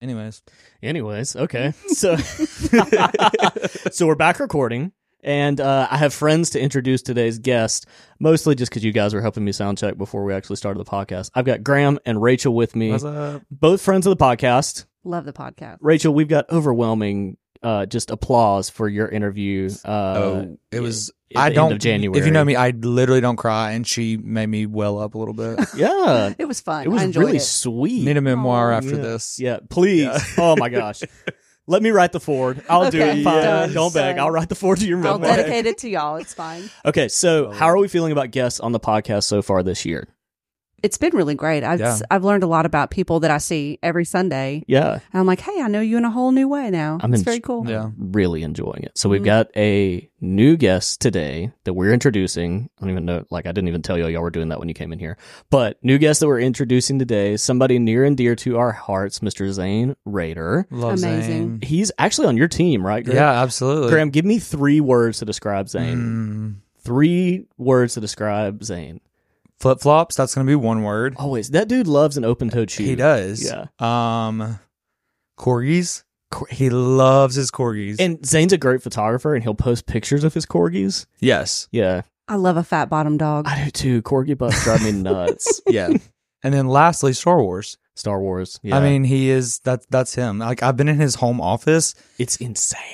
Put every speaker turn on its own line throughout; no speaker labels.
Anyways,
Anyways, okay. So so we're back recording and uh, I have friends to introduce today's guest, mostly just cuz you guys were helping me sound check before we actually started the podcast. I've got Graham and Rachel with me.
what's up?
Both friends of the podcast.
Love the podcast.
Rachel, we've got overwhelming uh, just applause for your interview. Uh,
oh, it was.
at the
I
end
don't.
of January.
If you know me, I literally don't cry, and she made me well up a little bit.
yeah,
It was fun.
it was
I enjoyed
really
it.
sweet.
Need a memoir
Oh,
after
yeah.
this.
Yeah, please.
Yeah.
Oh my gosh. Let me write the Ford. I'll do
Okay,
it. Fine.
done,
Don't beg.
done.
I'll write the Ford to your
I'll
memoir.
dedicate it to y'all. It's fine.
Okay, so how are we feeling about guests on the podcast so far this year?
It's been really great. I've
Yeah.
I've learned a lot about people that I see every Sunday.
Yeah,
And I'm like, hey, I know you in a whole new way now.
I'm
it's
in-
very cool.
Yeah.
really enjoying it. So we've
Mhm.
got a new guest today that we're introducing. I don't even know, like I didn't even tell you all y'all were doing that when you came in here. But new guest that we're introducing today, somebody near and dear to our hearts, Mr. Zane Raider.
Love Zane.
Amazing.
He's actually on your team, right? Graham?
Yeah, absolutely. Mm.
Graham, give me three words to describe Zane. Three words to describe Zane.
Flip flops. That's gonna be one word.
Always. That dude loves an open toed shoe.
He does.
Oh, Yeah.
Um, corgis. Cor- he loves his corgis.
And Zane's a great photographer and he'll post pictures of his corgis.
yes.
Yeah.
I love a fat bottom dog.
I do too. Corgi buffs drive me nuts.
Yeah. and then lastly, Star Wars.
Star Wars. Yeah.
I mean, he is that. That's him. Like I've been in his home office.
it's insane.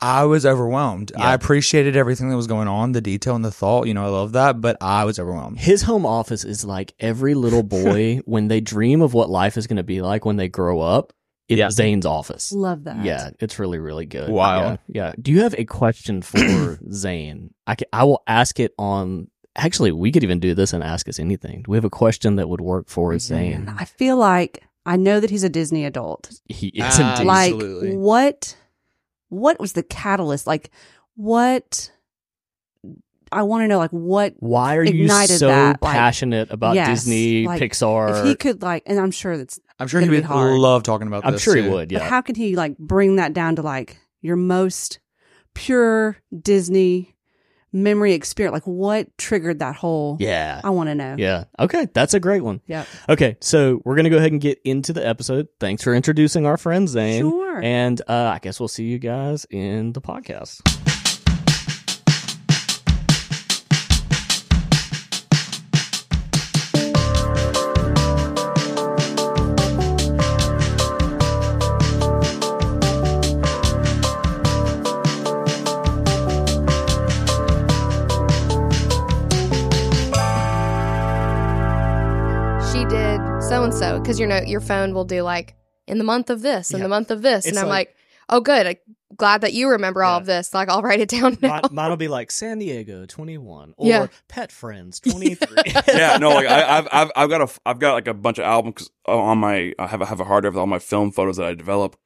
I was overwhelmed.
Yeah.
I appreciated everything that was going on, the detail and the thought. You know, I love that, but I was overwhelmed.
His home office is like every little boy when they dream of what life is going to be like when they grow up. It's
Yeah.
Zane's office.
love that.
Yeah, it's really, really good.
Wild.
Yeah. yeah. Do you have a question for Zane? I, ca I will ask it on. Actually, we could even do this and ask us anything. Do we have a question that would work for Zane?
I feel like I know that he's a Disney adult.
He is indeed.
Like- Absolutely.
Like what what was the catalyst? Like what I want to know like what
Why are you
ignited
so
that, like-
passionate about
Yes,
Disney,
like,
Pixar?
if he could like and I'm sure that's
I'm sure he
Gonna be
would
hard.
love talking about
I'm
this.
sure he
too.
would.
But
Yeah.
how can he like bring that down to like your most pure Disney memory experience? Like what triggered that whole?
yeah.
I want to know.
Yeah. Okay. That's a great one.
Yep.
Okay. So we're going to go ahead and get into the episode. Thanks for introducing our friend Zane.
Sure.
And uh, I guess we'll see you guys in the podcast.
she did so and so because you know your phone will do like in the month of this in
Yeah.
the month of this
It's
and i'm
like-
like, oh good like, glad that you remember all of this like i'll write it down now
Mine, mine will be like San Diego 21 or
Yeah.
Pet Friends 23.
yeah, no, like I, I've, I've I've got a I've got like a bunch of albums on my I have I have a hard drive with all my film photos that I develop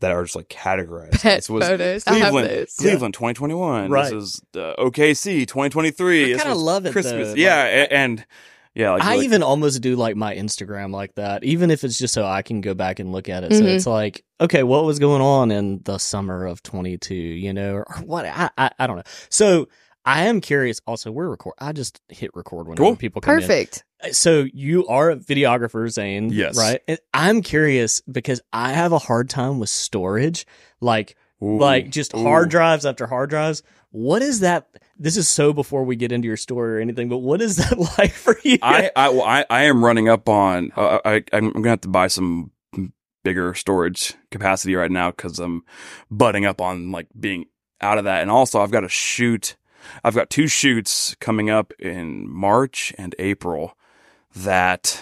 that are just like categorized.
Pet
this was
photos i have
Cleveland,
those
Cleveland, 2021.
Right.
This is uh, OKC, 2023.
I
This
kinda
was
love it,
Christmas,
though.
yeah, a- and, yeah, like,
I
like-
even almost do like my Instagram like that, even if it's just so I can go back and look at it. So
Mhm.
it's like, okay, what was going on in the summer of 22, you know, or, or what? I, I, I don't know. So I am curious. Also, we're record. I just hit record when
Cool.
people come in. Uh,
perfect
So you are a videographer, Zane.
Yes.
Right. And I'm curious because I have a hard time with storage, like
Ooh,
like just
ooh.
hard drives after hard drives. What is that? This is so before we get into your story or anything, but what is that like for you?
I I, well, I I am running up on. Uh, I I'm gonna have to buy some bigger storage capacity right now because I'm butting up on like being out of that, and also I've got to shoot. I've got two shoots coming up in March and April that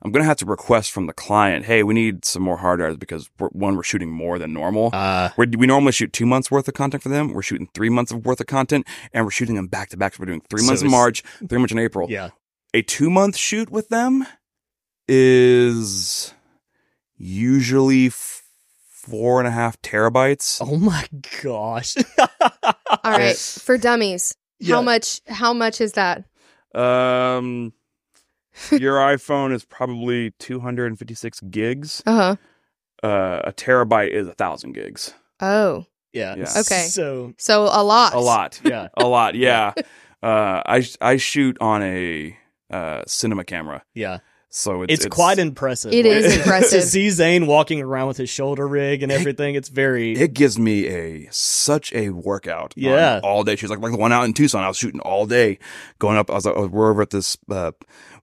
I'm gonna have to request from the client. Hey, we need some more hard drives because we're, one, we're shooting more than normal.
uh,
We're, we normally shoot two months worth of content for them. We're shooting three months of worth of content, and we're shooting them back to back. So we're doing three
So
months in
it's-
March, three months in April
yeah.
a two month shoot with them is usually f- four and a half terabytes.
Oh my gosh.
all right for dummies how much how much is that
Um, your iPhone is probably 256 gigs.
uh-huh
Uh, a terabyte is a thousand gigs.
oh
Yeah.
Yeah.
Okay.
So
so a lot
A lot,
yeah.
a lot. Yeah. Uh, I I shoot on a uh cinema camera.
Yeah.
So it's,
It's, quite impressive.
It is
to
impressive.
see Zane walking around with his shoulder rig and everything. It's very
it gives me a such a workout. on
Yeah.
all day. She's like like the one out in Tucson. I was shooting all day, going up. I was like, oh, we're over at this. Uh,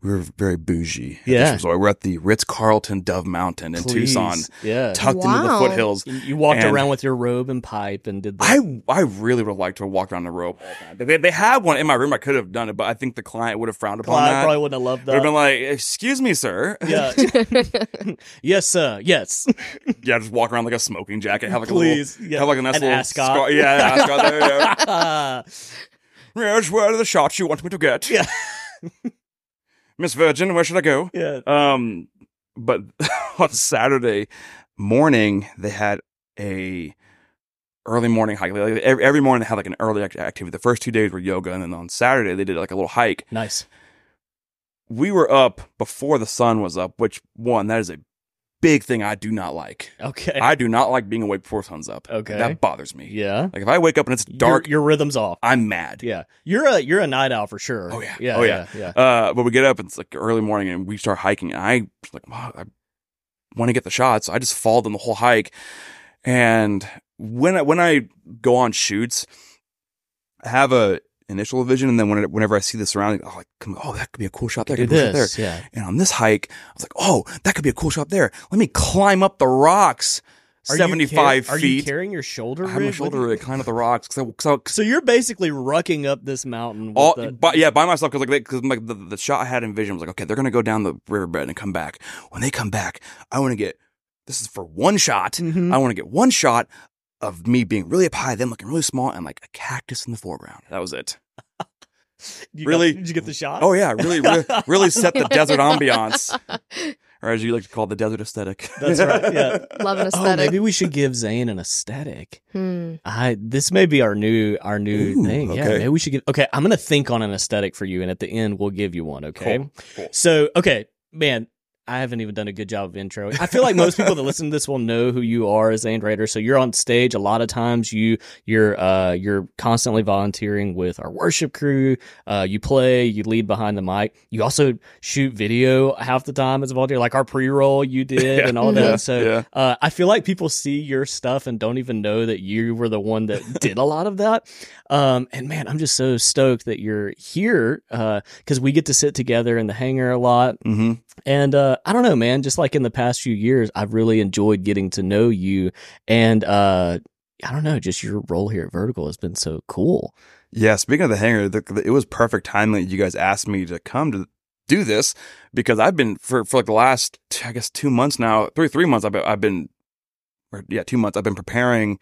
we were very bougie. at this
Yeah.
resort. we're at the Ritz Carlton Dove Mountain in
please.
Tucson,
Yeah,
tucked into the
Wow.
foothills.
You- you walked
And-
around with your robe and pipe and did. The,
I I really would have liked to have walked on the rope. all the time. They, they had one in my room. I could have done it, but I think the client would have frowned upon
Clyde
that.
probably wouldn't have loved
would have been
that.
like, "Excuse me, sir."
Yeah. yes, sir. Yes.
yeah, just walk around like a smoking jacket. Have like
Please,
a little,
yeah.
have like a nice
An
little
ascot.
scar- yeah, an ascot there. Yeah.
Uh,
Where's where are the shots you want me to get?
Yeah.
Miss Virgin, where should I go?
yeah.
Um, but on Saturday morning they had a early morning hike. Like, every, every morning they had like an early act- activity. The first two days were yoga, and then on Saturday they did like a little hike
Nice.
we were up before the sun was up, which one, that is a big thing I do not like.
Okay.
I do not like being awake before sun's up.
Okay.
That bothers me.
yeah.
Like if I wake up and it's
Your-
dark,
Your, rhythm's off.
I'm mad.
Yeah. You're a you're a night owl for sure.
Oh, yeah.
Yeah.
Oh,
yeah.
yeah.
Yeah.
Uh, but we get up, it's like early morning and we start hiking and I was like, wow, I want to get the shots. So I just followed them the whole hike. And when I, when I go on shoots, I have a initial vision. And then when, whenever I see the surrounding, oh, like, come, oh, that could be a cool shot there.
Do
could be a cool shot there.
this. Yeah.
And on this hike, I was like, oh, that could be a cool shot there. Let me climb up the rocks
Are you
75
car- Are you
feet.
carrying your shoulder
I
rig?
had my
with
shoulder
you?
rig, climb up the rocks. Cause I, cause I, 'cause
So you're basically rucking up this mountain. With
all,
the-
but yeah, by myself because like, they- cause like the, the shot I had in vision was like, okay, they're gonna go down the riverbed and come back. When they come back, I want to get this is for one shot.
Mhm.
I want to get one shot of me being really up high, them looking really small, and like a cactus in the foreground. That was it.
You got-
really-
did you get the shot?
Oh yeah, really, really, really set the desert ambiance, or as you like to call it, the desert aesthetic.
That's right, yeah.
Love an
Oh,
aesthetic.
maybe we should give Zane an aesthetic.
Hmm.
I this may be our new our new
Ooh,
thing. Yeah,
okay.
maybe we should give. Okay, I'm gonna think on an aesthetic for you, and at the end we'll give you one. Okay.
Cool, cool.
So okay, man, I haven't even done a good job of intro. I feel like most people that listen to this will know who you are as Zane Raider. So you're on stage a lot of times. You you're uh you're constantly volunteering with our worship crew. Uh, you play, you lead behind the mic. You also shoot video half the time as a volunteer, like our pre roll you did and all
Yeah,
that. So
yeah.
uh, I feel like people see your stuff and don't even know that you were the one that did a lot of that. Um, and man, I'm just so stoked that you're here because we get to sit together in the hangar a lot.
Mm-hmm.
And uh, I don't know, man, just like in the past few years, I've really enjoyed getting to know you. And uh, I don't know, just your role here at Vertical has been so cool.
Yeah, speaking of the hangar, the, the- it was perfect timing that you guys asked me to come to do this because I've been for for like the last I guess two months now, three three months. I've been, I've been or yeah, two months. I've been preparing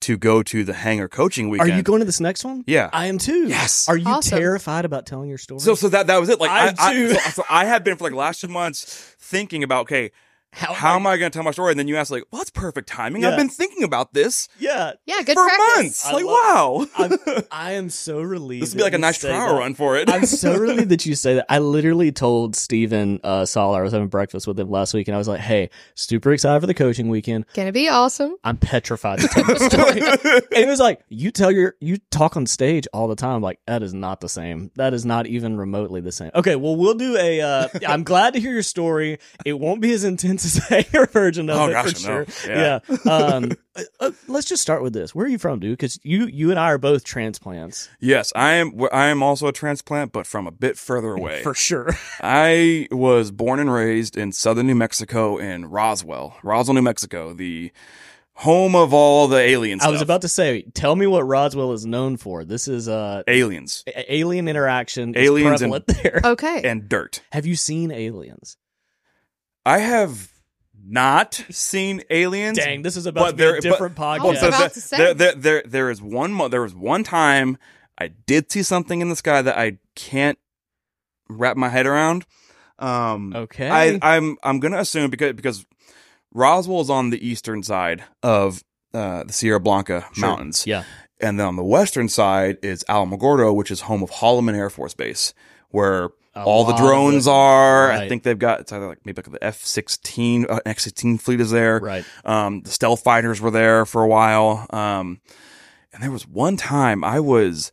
to go to the hangar coaching weekend.
Are you going to this next one?
Yeah.
I am too.
Yes.
Are you
Awesome.
terrified about telling your story?
so so that that was it. Like
I
I, I,
too.
so, so I have been for like the last two months thinking about okay, how am I going to tell my story? And then you asked like, well, that's perfect timing.
Oh, Yeah.
I've been thinking about this
Yeah.
Yeah, good
for
practice.
months.
I
like
love-
wow,
I'm, I am so relieved.
this would be like
that
a
you
nice
say
trial
that.
run for it.
I'm so relieved that you say that. I literally told Steven uh, Saul, I was having breakfast with him last week, and I was like, hey, super excited for the coaching weekend.
Gonna be awesome.
I'm petrified to tell this story. and it was like, you tell your, you talk on stage all the time. Like, that is not the same. That is not even remotely the same. Okay, well, we'll do a, uh, I'm glad to hear your story. It won't be as intense as a your version of
Oh,
it
gosh,
for
I know.
sure.
Yeah.
yeah. Um, uh, uh, let's just start with this. Where are you from, dude? Because you, you and I are both transplants.
Yes, I am. I am also a transplant, but from a bit further away.
For sure.
I was born and raised in southern New Mexico in Roswell, Roswell, New Mexico, the home of all the alien
I
stuff.
was about to say, tell me what Roswell is known for. This is uh,
aliens
a- alien interaction. is
Aliens and-
prevalent there.
Okay.
and dirt.
Have you seen aliens?
I have not seen aliens.
Dang, this is about
But
to be a
there- but-
different
I was
Well,
podcast.
so
about
there-
to say.
There, there, there, there is one. Mo- there was one time I did see something in the sky that I can't wrap my head around. Um,
okay.
I, I'm I'm gonna assume because because Roswell is on the eastern side of uh, the Sierra Blanca
Sure.
mountains,
yeah.
and then on the western side is Alamogordo, which is home of Holloman Air Force Base, where
A
all the
lot
drones
of-
are.
Right.
I think they've got it's either like maybe like the F sixteen uh, X sixteen fleet is there.
Right.
Um, the stealth fighters were there for a while. Um, and there was one time I was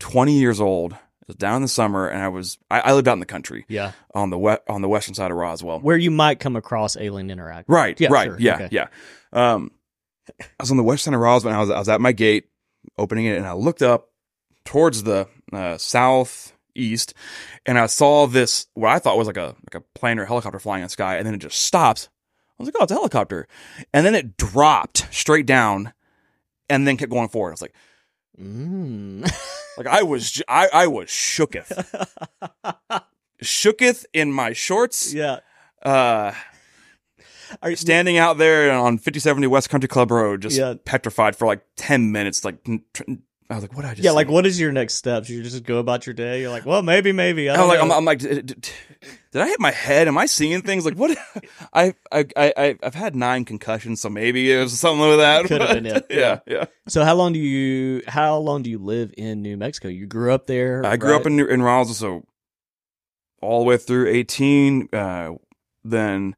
20 years old It was down in the summer, and I was I, I lived out in the country
Yeah.
on the we- on the western side of Roswell.
Where you might come across alien interact.
Right,
Yeah,
right,
sure,
yeah,
okay.
yeah. Um, I was on the west side of Roswell. And I was I was at my gate opening it, and I looked up towards the uh, southeast, and I saw this what I thought was like a like a plane or helicopter flying in the sky, and then it just stops. I was like, oh, it's a helicopter, and then it dropped straight down, and then kept going forward. I was like,
Mm.
like I was j- I I was shooketh, shooketh in my shorts.
yeah.
Uh,
Are you,
standing out there on 5070 West Country Club Road, just
Yeah.
petrified for like 10 minutes. Like, n- tr- I was like, what did I just
yeah,
say?
like what is your next steps? You just go about your day. You're like, well, maybe, maybe. I
I was
don't
like, I'm,
know.
I'm like, did, did- did I hit my head? Am I seeing things? Like, what? I, I, I, I- I've had nine concussions, so maybe it was something like that.
Could have been
but-
it,
Yeah, yeah.
so how long do you? How long do you live in New Mexico? You grew up there.
I grew up
right?
in, in Roswell, so all the way through 18. Uh, then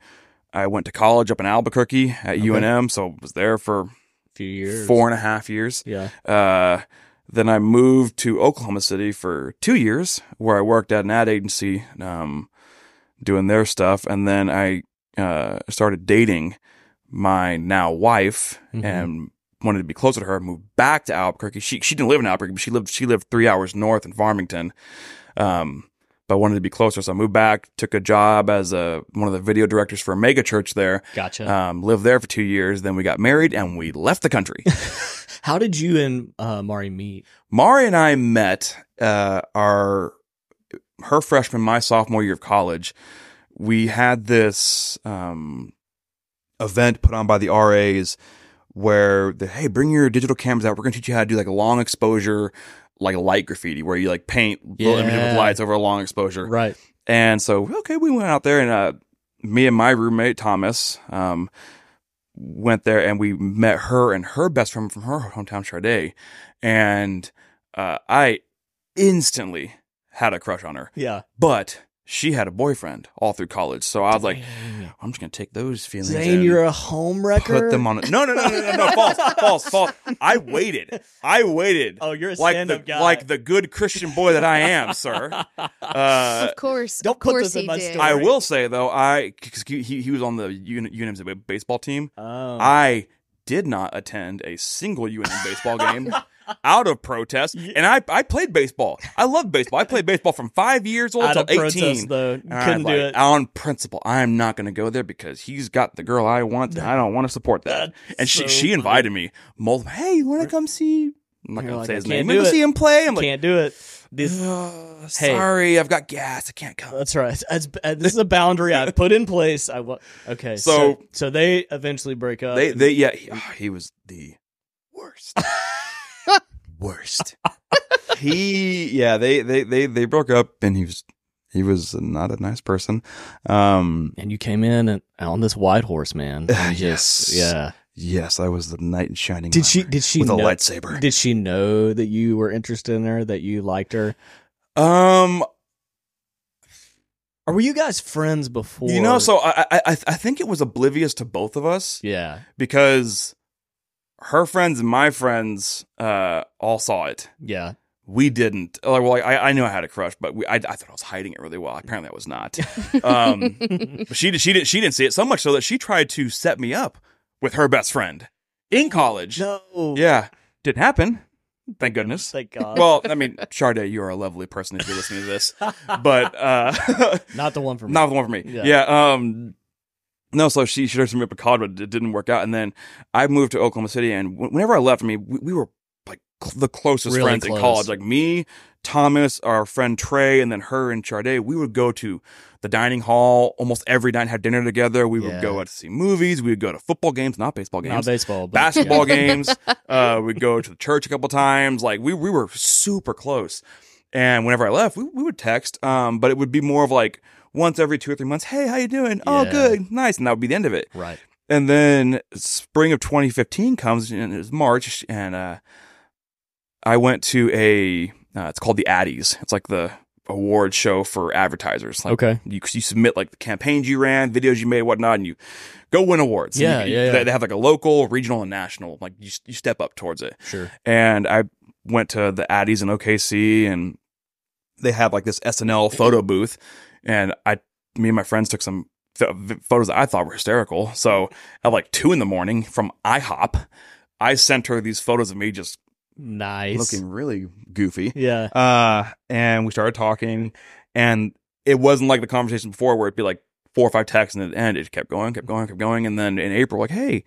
I went to college up in Albuquerque at UNM, so was there for
a few years.
four and a half years.
Yeah.
Uh, then I moved to Oklahoma City for two years, where I worked at an ad agency, um, doing their stuff, and then I uh, started dating my now wife
Mhm.
and wanted to be closer to her. Moved back to Albuquerque. She she didn't live in Albuquerque, but she lived she lived three hours north in Farmington. Um, but I wanted to be closer, so I moved back. Took a job as a one of the video directors for a mega church there.
Gotcha.
Um, lived there for two years. Then we got married and we left the country.
how did you and uh, Mari meet?
Mari and I met uh, our her freshman, my sophomore year of college. We had this um, event put on by the RAs where the hey, bring your digital cameras out. We're gonna teach you how to do like a long exposure, like light graffiti, where you like paint little images with
Yeah.
lights over a long exposure.
Right.
And so, okay, we went out there, and uh, me and my roommate Thomas um, went there, and we met her and her best friend from her hometown, Charday. And uh, I instantly had a crush on her,
Yeah.
but she had a boyfriend all through college. So I was like,
Dang.
I'm just gonna take those feelings.
Zane,
and
you're a home wrecker.
put them on. No, no, no, no, no, no, false, false, false. I waited. I waited.
Oh, you're a
Like the,
stand-up guy.
like the good Christian boy that I am, sir. Uh,
Of course.
Don't
of
put
course
this in
he
my
did.
story.
I will say though, I cause he he was on the UN, UNM's baseball team.
Oh.
I did not attend a single UNM baseball game out of protest, and I I played baseball. I love baseball. I played baseball from five years old
out
till
of protest
eighteen.
though,
And I
couldn't
was
do
like, "Oh,
it.
on principle. I am not going to go there because he's got the girl I want. And I don't want to support that. and she
so
she invited me. Multiple, hey, you want to come see? I'm not
You're
going to
like,
say
I
his
can't
name.
do
Maybe
it.
see him play. I'm like,
Can't do it. This.
"Ugh,
Hey.
sorry, I've got gas. I can't come.
That's right. That's, uh, this is a boundary I've put in place. I wa- okay. So, so
So-
they eventually break up.
They
and-
they yeah he, ah, he was the worst. worst. he yeah they they they they broke up and he was he was not a nice person. Um
and you came in and on this white horse, man.
Ah,
You just-
yes.
Yeah.
yes, I was the knight in shining
Did she?
armor
Did she
with
know?
a lightsaber.
Did she know that you were interested in her? That you liked her?
um
Or were you guys friends before?
you know so I I I I think it was oblivious to both of us
yeah,
because her friends and my friends uh all saw it.
yeah.
We didn't. Like, well, I, I knew I had a crush, but we, I, I thought I was hiding it really well. Apparently, I was not. Um, But she did, she did, she didn't see it so much so that she tried to set me up with her best friend in college.
No.
Yeah, didn't happen. Thank goodness.
Thank God.
Well, I mean, Charday, you are a lovely person if you're listening to this, but uh,
not the one from.
not the one for me.
Yeah.
Yeah. um, no, so she she me up a college, but it didn't work out. And then I moved to Oklahoma City, and wh- whenever I left, I mean, we, we were like cl- the closest
Really
friends
close.
in college. Like me, Thomas, our friend Trey, and then her and Charday. We would go to the dining hall almost every night, and have dinner together. We
Yeah.
would go out to see movies. We would go to football games, not baseball
Not
games.
baseball. But
Basketball games. Uh, we'd go to the church a couple times. Like we we were super close. And whenever I left, we, we would text. Um, but it would be more of like once every two or three months. Hey, how you doing? Oh,
Yeah.
good, nice. And that would be the end of it.
Yeah. Right.
And then spring of 2015 comes and it's March, and uh, I went to a uh, it's called the Addies. It's like the award show for advertisers. Like
Okay.
you, you submit like the campaigns you ran, videos you made, whatnot, and you go win awards.
Yeah,
You- you-
yeah, yeah.
They, they have like a local, regional, and national. Like you, you step up towards it.
Sure.
And I went to the Addies in OKC and they have like this SNL photo booth, and I, me and my friends took some ph- v- photos that I thought were hysterical. So at like two in the morning from IHOP, I sent her these photos of me just
Nice.
looking really goofy.
Yeah.
Uh, and we started talking, and it wasn't like the conversation before where it'd be like four or five texts and it'd end. It kept going, kept going, kept going, and then in April, like, hey,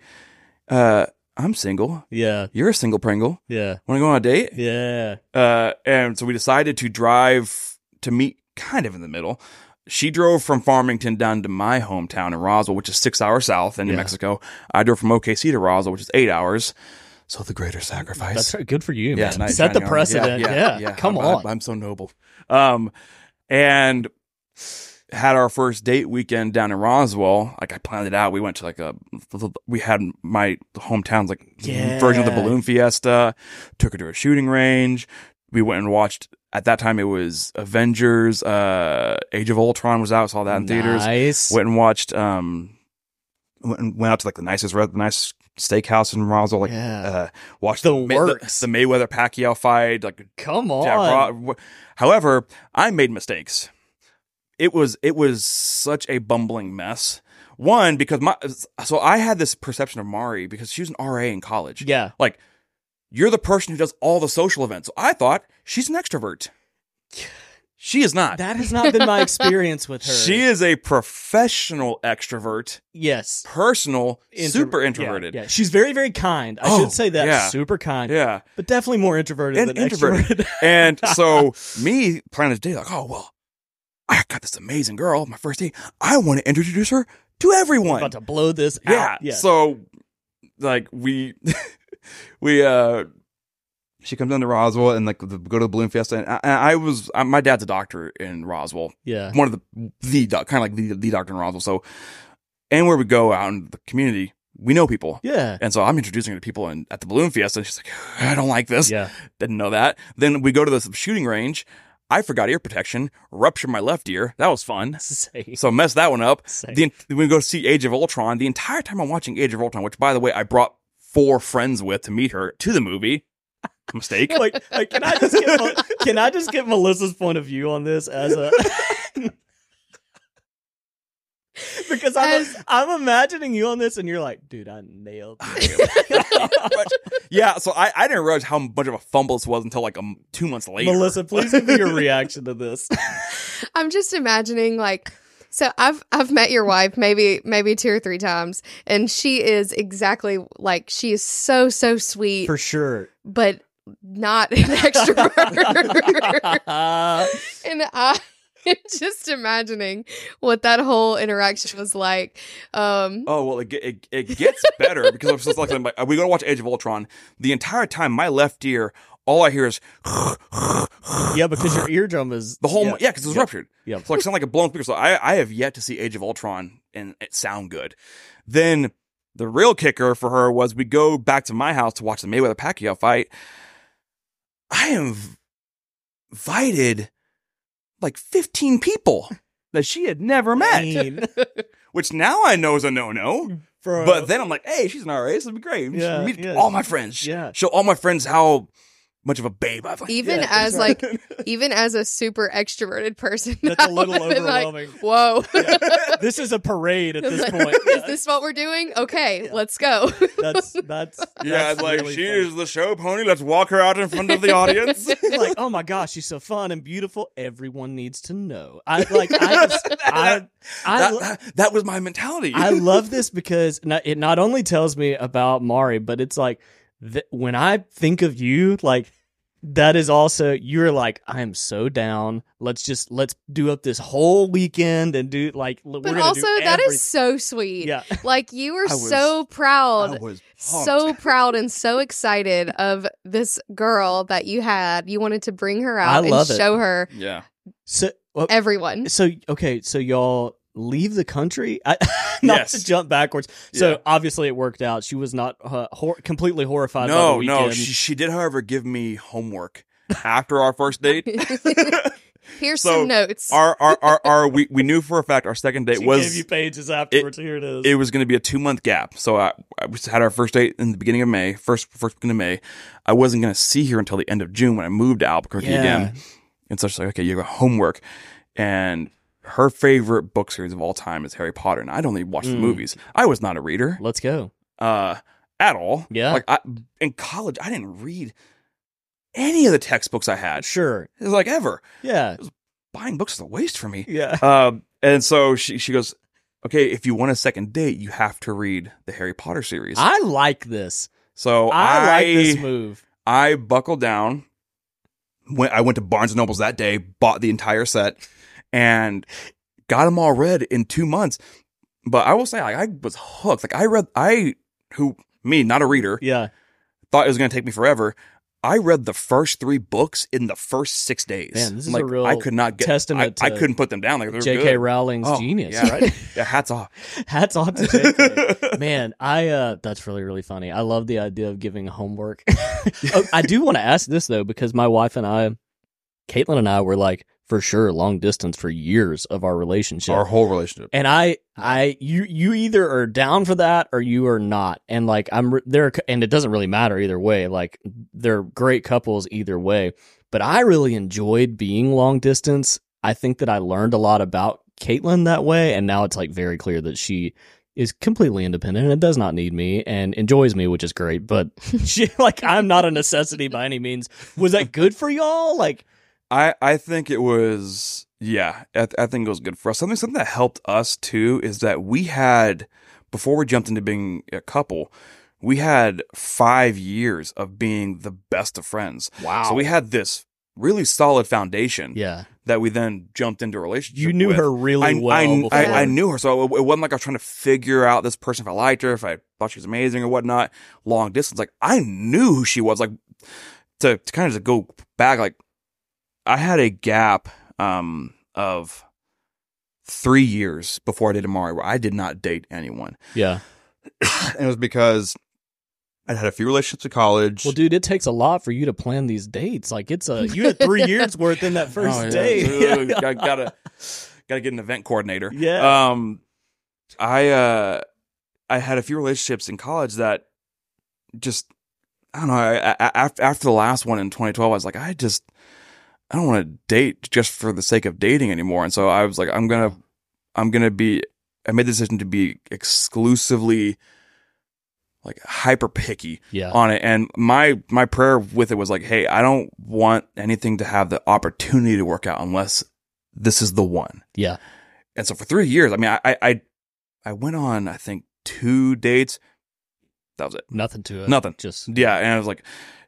uh, I'm single.
Yeah.
You're a single Pringle.
Yeah.
Want to go on a date?
Yeah.
Uh, and so we decided to drive to meet kind of in the middle. She drove from Farmington down to my hometown in Roswell, which is six hours south in New
Yeah.
Mexico. I drove from OKC to Roswell, which is eight hours. So the greater sacrifice.
That's right. Good for you,
Yeah,
man.
knight
Set the
shining armor.
precedent. Yeah. Come
I'm,
on.
I'm, I'm so noble. Um, and had our first date weekend down in Roswell. Like I planned it out. We went to like a, we had my hometown's like
Yeah.
version of the balloon fiesta. Took her to a shooting range. We went and watched. At that time, it was Avengers. Uh, Age of Ultron was out. Saw that in theaters
Nice.
went and watched um went, and went out to like the nicest re- the nice steakhouse in Roswell like
Yeah.
uh watched
The
May- the,
works.
the Mayweather Pacquiao fight like
Come on.
yeah, Ro- wh- however I made mistakes it was it was such a bumbling mess one because my so I had this perception of Mari because she was an RA in college
yeah.
like you're the person who does all the social events so I thought she's an extrovert she is not
That has not been my experience with her.
she is a professional extrovert
yes.
personal,
Intro-
super
yeah,
introverted.
Yeah,
Yeah.
She's very, very kind. I
Oh,
should say that.
yeah.
Super kind. But definitely more introverted
And
than
introverted.
extroverted.
and so me planning this day, like, oh well, I got this amazing girl, my first date. I want to introduce her to everyone.
About to blow this
yeah.
out. Yeah.
So like we we uh she comes down to Roswell and like the, go to the balloon fiesta and I, and I was I, my dad's a doctor in Roswell
yeah.
one of the the doc, kind of like the, the doctor in Roswell so anywhere we go out in the community we know people
Yeah.
And so I'm introducing her to people in, at the balloon fiesta. And she's like, I don't like this.
Yeah.
Didn't know that. Then we go to the shooting range. I forgot ear protection, ruptured my left ear. That was fun.
Same.
So messed that one up.
Same.
The, we go see Age of Ultron. The entire time I'm watching Age of Ultron, which by the way, I brought four friends with to meet her to the movie. Mistake.
like, like, can I just get Mel- can I just get Melissa's point of view on this as a because I'm
As-
I'm imagining you on this and you're like, dude, I nailed it.
yeah. So I, I didn't realize how much of a fumble this was until like um, two months later.
Melissa, please give me your reaction to this.
I'm just imagining like so I've I've met your wife maybe maybe two or three times and she is exactly like she is so so sweet
For sure.
but not an extrovert. and I just imagining what that whole interaction was like. Um
Oh well, it ge- it, it gets better because I'm just like, I'm like we go to watch Age of Ultron. The entire time, my left ear, all I hear is
yeah, because your eardrum is
the whole yeah, because it's
yeah,
ruptured.
yeah.
So like sound like a blown speaker. So I I have yet to see Age of Ultron and it sound good. Then the real kicker for her was we go back to my house to watch the Mayweather Pacquiao fight. I am v- invited like 15 people that she had never met,
Mean.
which now I know is a no no.
For-
But then I'm like, hey, she's an RA, so it'd be great. We should
Yeah,
meet
yeah.
all my friends.
Yeah.
Show all my friends how much of a babe I've like.
even
Yeah,
as
that's
like
right.
even as a super extroverted person,
Oh. that's a
now,
little
I've been like,
overwhelming.
Whoa.
this is a parade at this
Like,
point.
Is this what we're doing? Okay, let's go.
That's that's that's
Yeah, it's like
really
she
funny.
is the show pony. Let's walk her out in front of the audience.
like, oh my gosh, she's so fun and beautiful. Everyone needs to know. I like, I, just, I, I,
that, that- that was my mentality.
I love this because not, it not only tells me about Mari, but it's like th- when I think of you, like that is also you're like I am so down. Let's just let's do up this whole weekend and do like. l- we're
But
gonna
also,
do
that is
everything.
so sweet.
yeah.
Like you were
I was-
so
I
proud,
was
so
pumped.
proud and so excited of this girl that you had. You wanted to bring her
I
out and
love it.
show her
Yeah.
So oh, well,
everyone.
So okay, so y'all leave the country. I, not
Yes.
to jump backwards. So
Yeah.
obviously it worked out. She was not uh, hor- completely horrified. by the
No,
weekend.
no. She, she did, however, give me homework after our first date.
Here's
So,
some notes.
our, our, our, our, we, we knew for a fact our second date
She gave
was
you pages afterwards. Here it is.
it was going to be a two month gap. So I, I was- had our first date in the beginning of May, first first weekend of May. I wasn't going to see her until the end of June when I moved to Albuquerque
Yeah.
again. And so she's like, okay, you have homework. And her favorite book series of all time is Harry Potter. And I'd only watched the
Mm.
movies. I was not a reader
Let's go.
uh, at all.
Yeah.
Like I, in college, I didn't read any of the textbooks I had.
Sure.
It was like ever.
Yeah.
Buying books is a waste for me.
Yeah.
Um, and so she, she goes, okay, if you want a second date, you have to read the Harry Potter series.
I like this.
so
I like this move.
I buckled down. Went, I went to Barnes and Nobles that day, bought the entire set, and got them all read in two months. But I will say, like, I was hooked. Like I read, I who me, not a reader,
Yeah.
thought it was going to take me forever. I read the first three books in the first six days.
Man, this is
like,
a real
I could not get. I,
testament
I
to
couldn't put them down. Like they're
J.K.
good.
Rowling's
Oh,
genius,
yeah.
right?
Yeah, hats off.
Hats off to J.K. Man, I uh that's really really funny. I love the idea of giving homework. Oh, I do want to ask this though because my wife and I, Caitlin and I, were like for sure long distance for years of our relationship.
Our whole relationship.
and I, I, you, you either are down for that or you are not. And like I'm re- there, and it doesn't really matter either way. Like they're great couples either way. But I really enjoyed being long distance. I think that I learned a lot about Caitlin that way, and now it's like very clear that she is completely independent and does not need me and enjoys me, which is great. But she, like, I'm not a necessity by any means. Was that good for y'all? Like,
I I think it was yeah. I, th- I think it was good for us. Something something that helped us too is that we had before we jumped into being a couple, we had five years of being the best of friends.
wow.
So we had this really solid foundation
yeah,
that we then jumped into a relationship.
you knew
with.
her really
I,
well.
I,
before.
I, I knew her, so it, it wasn't like I was trying to figure out this person if I liked her, if I thought she was amazing or whatnot. Long distance, like I knew who she was. Like to, to kind of just go back, like I had a gap um, of three years before I did Amari, where I did not date anyone,
yeah.
and it was because I'd had a few relationships in college.
Well, dude, it takes a lot for you to plan these dates. Like it's a you had three years worth in that first
Oh, yeah.
date.
Ooh, I gotta gotta get an event coordinator.
Yeah.
Um, I uh, I had a few relationships in college that just I don't know. I, I, after after the last one in 2012, I was like, I just I don't want to date just for the sake of dating anymore. And so I was like, I'm gonna I'm gonna be. I made the decision to be exclusively like hyper picky
yeah.
on it and my my prayer with it was like hey i don't want anything to have the opportunity to work out unless this is the one
Yeah.
and so for three years i mean i i i, I went on i think two dates that was it
Nothing to it.
Nothing.
Just
yeah and i was like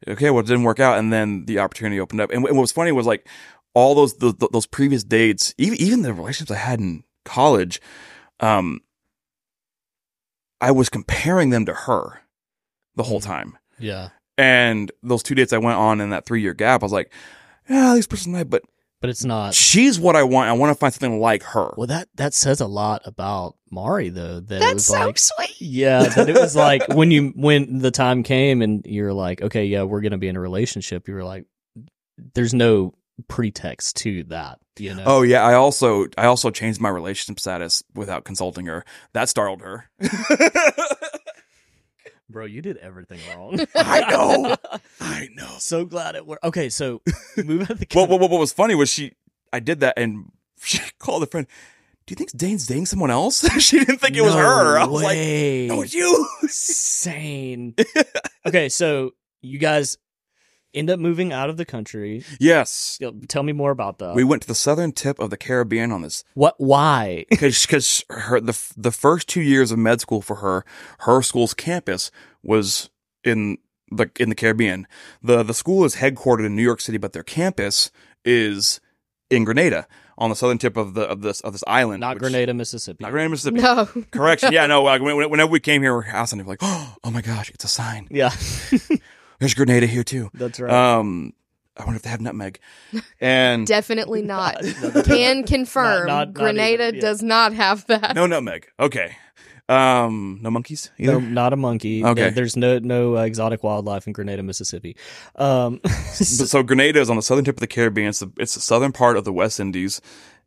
okay well it didn't work out and then the opportunity opened up and what was funny was like all those those, those previous dates even even the relationships i had in college um i was comparing them to her the whole time
yeah.
and those two dates I went on in that three year gap, I was like, yeah, this person's nice, but
But it's not.
she's what I want. I want to find something like her.
Well, that that says a lot about Mari though. That it
That's
was
so
like,
sweet.
yeah. That it was like when you when the time came and you're like, okay, yeah, we're gonna be in a relationship. You were like, there's no pretext to that. You know.
Oh yeah, I also I also changed my relationship status without consulting her. That startled her.
bro, you did everything wrong.
I know. I know.
so glad it worked. Okay, so move out of the.
What, what what what was funny was she I did that and she called a friend. Do you think Dane's dating someone else? she didn't think it was her. I was like,
way.
no, it's you.
insane. okay, so you guys end up moving out of the country.
yes.
You know, Tell me more about that.
We went to the southern tip of the Caribbean on this
what? Why?
because because her the f- the first two years of med school for her, her school's campus was in the in the Caribbean. the The school is headquartered in New York City, but their campus is in Grenada on the southern tip of the of this of this island.
Not
which-
Grenada, Mississippi.
Not Grenada, Mississippi.
No.
Correction. Yeah, no. Like, when- whenever we came here, we were housing. It was like, oh my gosh, it's a sign.
yeah,
There's Grenada here too.
that's right.
Um, I wonder if they have nutmeg. And
Definitely not.
No, that's right.
Can confirm
not- not
Grenada
even, yeah.
does not have that.
no nutmeg. Okay. Um, no monkeys either.
No, not a monkey.
Okay.
There- there's no no uh, exotic wildlife in Grenada, Mississippi. Um,
But so Grenada is on the southern tip of the Caribbean. It's the, it's the southern part of the West Indies,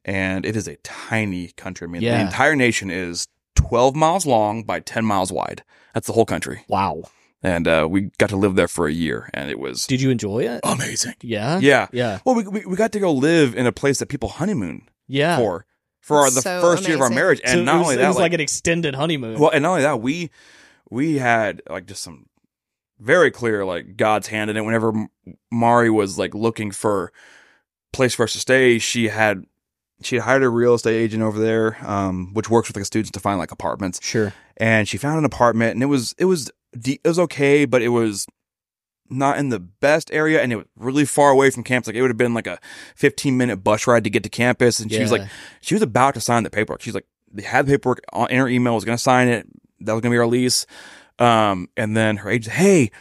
and it is a tiny country. I mean,
Yeah.
the entire nation is 12 miles long by 10 miles wide. That's the whole country.
wow.
and uh, we got to live there for a year, and it was
Did you enjoy it?
amazing.
Yeah.
Yeah.
Yeah.
Well, we, we we got to go live in a place that people honeymoon
Yeah.
for for our, the
So
first year of our
amazing.
marriage, and
So
not
it was,
only
it
that,
was like,
like,
an extended honeymoon.
well, and not only that, we we had like just some very clear like God's hand in it. Whenever M- Mari was like looking for place for us to stay, she had she had hired a real estate agent over there, um, which works with like students to find like apartments
sure.
and she found an apartment and it was it was de- it was okay but it was not in the best area and it was really far away from campus like it would have been like a 15 minute bus ride to get to campus and she was like
Yeah.
she was about to sign the paperwork she's like they had the paperwork on, in her email was going to sign it that was going to be our lease um and then her agent hey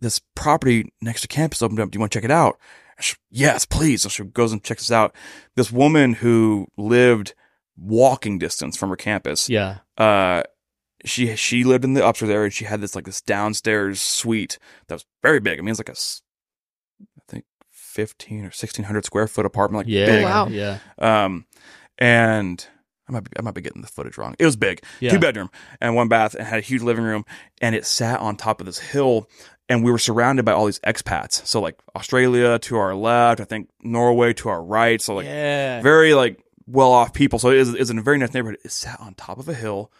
this property next to campus opened up do you want to check it out she, yes please so she goes and checks this out this woman who lived walking distance from her campus
yeah.
uh she she lived in the upstairs area and she had this like this downstairs suite that was very big. I mean, it's like a s- I think 15 or 1600 square foot apartment like
yeah.
big.
Wow.
Yeah.
Um and I might be, I might be getting the footage wrong. It was big.
Yeah.
Two bedroom and one bath and had a huge living room and it sat on top of this hill and we were surrounded by all these expats. So like Australia to our left, I think Norway to our right. So like
yeah.
very like well off people. So it is, it's in a very nice neighborhood. It sat on top of a hill,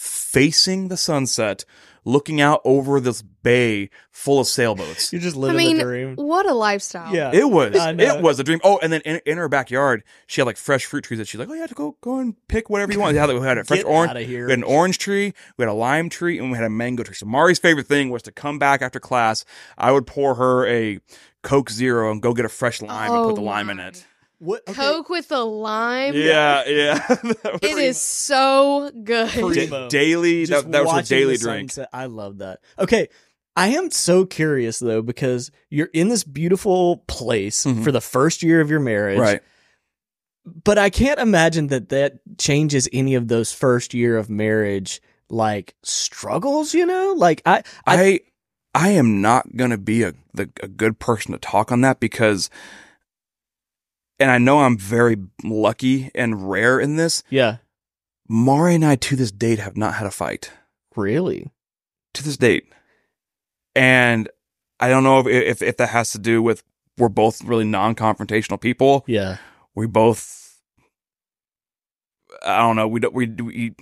facing the sunset, looking out over this bay full of sailboats.
You're just
I
living the
mean,
dream.
what a lifestyle.
Yeah.
It was
I know.
it was a dream. Oh, and then in, in her backyard, she had like fresh fruit trees that she's like, oh yeah, go go and pick whatever you want. Yeah, we had a fresh
Get
orange.
outta here.
We had an orange tree, we had a lime tree, and we had a mango tree. So Mari's favorite thing was to come back after class. I would pour her a Coke Zero and go get a fresh lime and
Oh
put the lime in
my.
it.
What? okay.
Coke with the lime.
Yeah, yeah. That was-
It is so good.
Da-
Primo.
daily.
Just
That, that was her
watching
daily
the
drink.
sunset. I love that. Okay. I am so curious though, because you're in this beautiful place
Mhm.
for the first year of your marriage. But I can't imagine that that changes any of those first year of marriage like struggles, you know? Like I I,
I I am not gonna be a the, a good person to talk on that because, and I know I'm very lucky and rare in this.
yeah,
Mari and I to this date have not had a fight
really.
to this date, and I don't know if if, if that has to do with we're both really non-confrontational people.
Yeah.
we both i don't know we don't we, we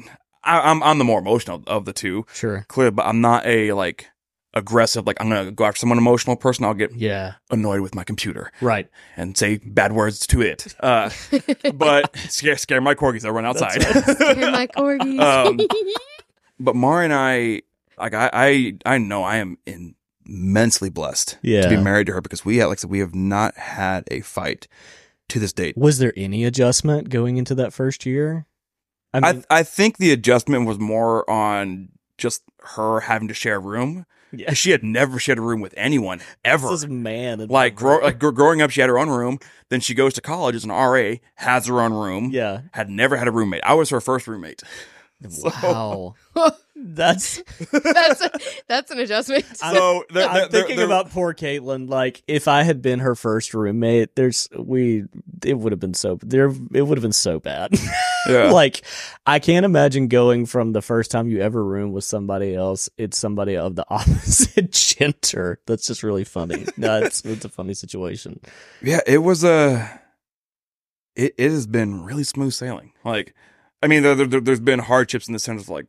I, i'm i'm the more emotional of the two
Sure.
clear but i'm not a like aggressive like i'm gonna go after someone emotional person i'll get
Yeah.
annoyed with my computer
Right.
and say bad words to it uh but scare scare my corgis i run outside
You're my corgis.
Um, but mara and i like i i, I know i am immensely blessed to be
Yeah.
married to her because we have, like I said, we have not had a fight to this date
Was there any adjustment going into that first year? I
I,
mean,
I think the adjustment was more on just her having to share a room.
yeah,
'Cause She had never shared a room with anyone ever.
this is man. and-
Like, grow, like gr- growing up, she had her own room. Then she goes to college as an RA, has her own room.
yeah.
Had never had a roommate. I was her first roommate. So-
Wow. That's
that's that's an adjustment.
I'm-
So there-
I'm
there- there-
thinking
there-
about poor Caitlin. Like, if I had been her first roommate, there's we it would have been so there it would have been so bad.
Yeah.
like, I can't imagine going from the first time you ever room with somebody else. It's somebody of the opposite gender. That's just really funny. No, it's, it's a funny situation.
Yeah, it was a. It it has been really smooth sailing. Like, I mean, there, there, there's been hardships in the sense of like,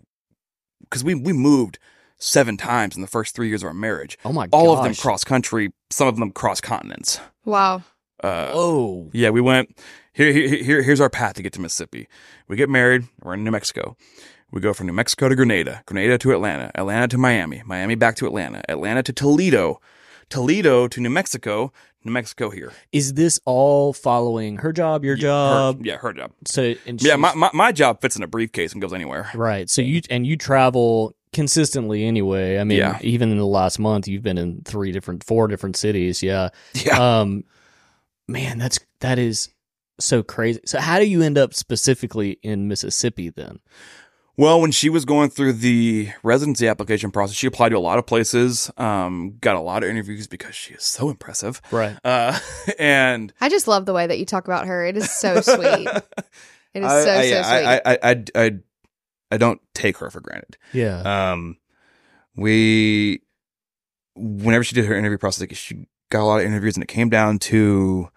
because we we moved seven times in the first three years of our marriage.
Oh my!
all of them
gosh.
cross country, some of them cross continents.
wow.
Uh,
Oh,
Yeah, we went here, here. Here, here's our path to get to Mississippi. We get married. We're in New Mexico. We go from New Mexico to Grenada, Grenada to Atlanta, Atlanta to Miami, Miami back to Atlanta, Atlanta to Toledo, Toledo to New Mexico, New Mexico here.
is this all following her job, your job?
her, yeah, her job.
So and
Yeah,
she's-
my, my my job fits in a briefcase and goes anywhere.
Right. So you and you travel consistently anyway. I mean,
Yeah.
even in the last month, you've been in three different, four different cities. Yeah.
Yeah,
Um, man, that's that is so crazy. So how do you end up specifically in Mississippi then?
Well, when she was going through the residency application process, she applied to a lot of places, um, got a lot of interviews because she is so impressive.
Right.
Uh, and
I just love the way that you talk about her. It is so sweet. It is
I,
so
I,
so
yeah,
sweet.
I, I, I, I,
Uh-huh.
Uh, I don't take her for granted.
Yeah.
Um, we whenever she did her interview process, like, she got a lot of interviews, and it came down to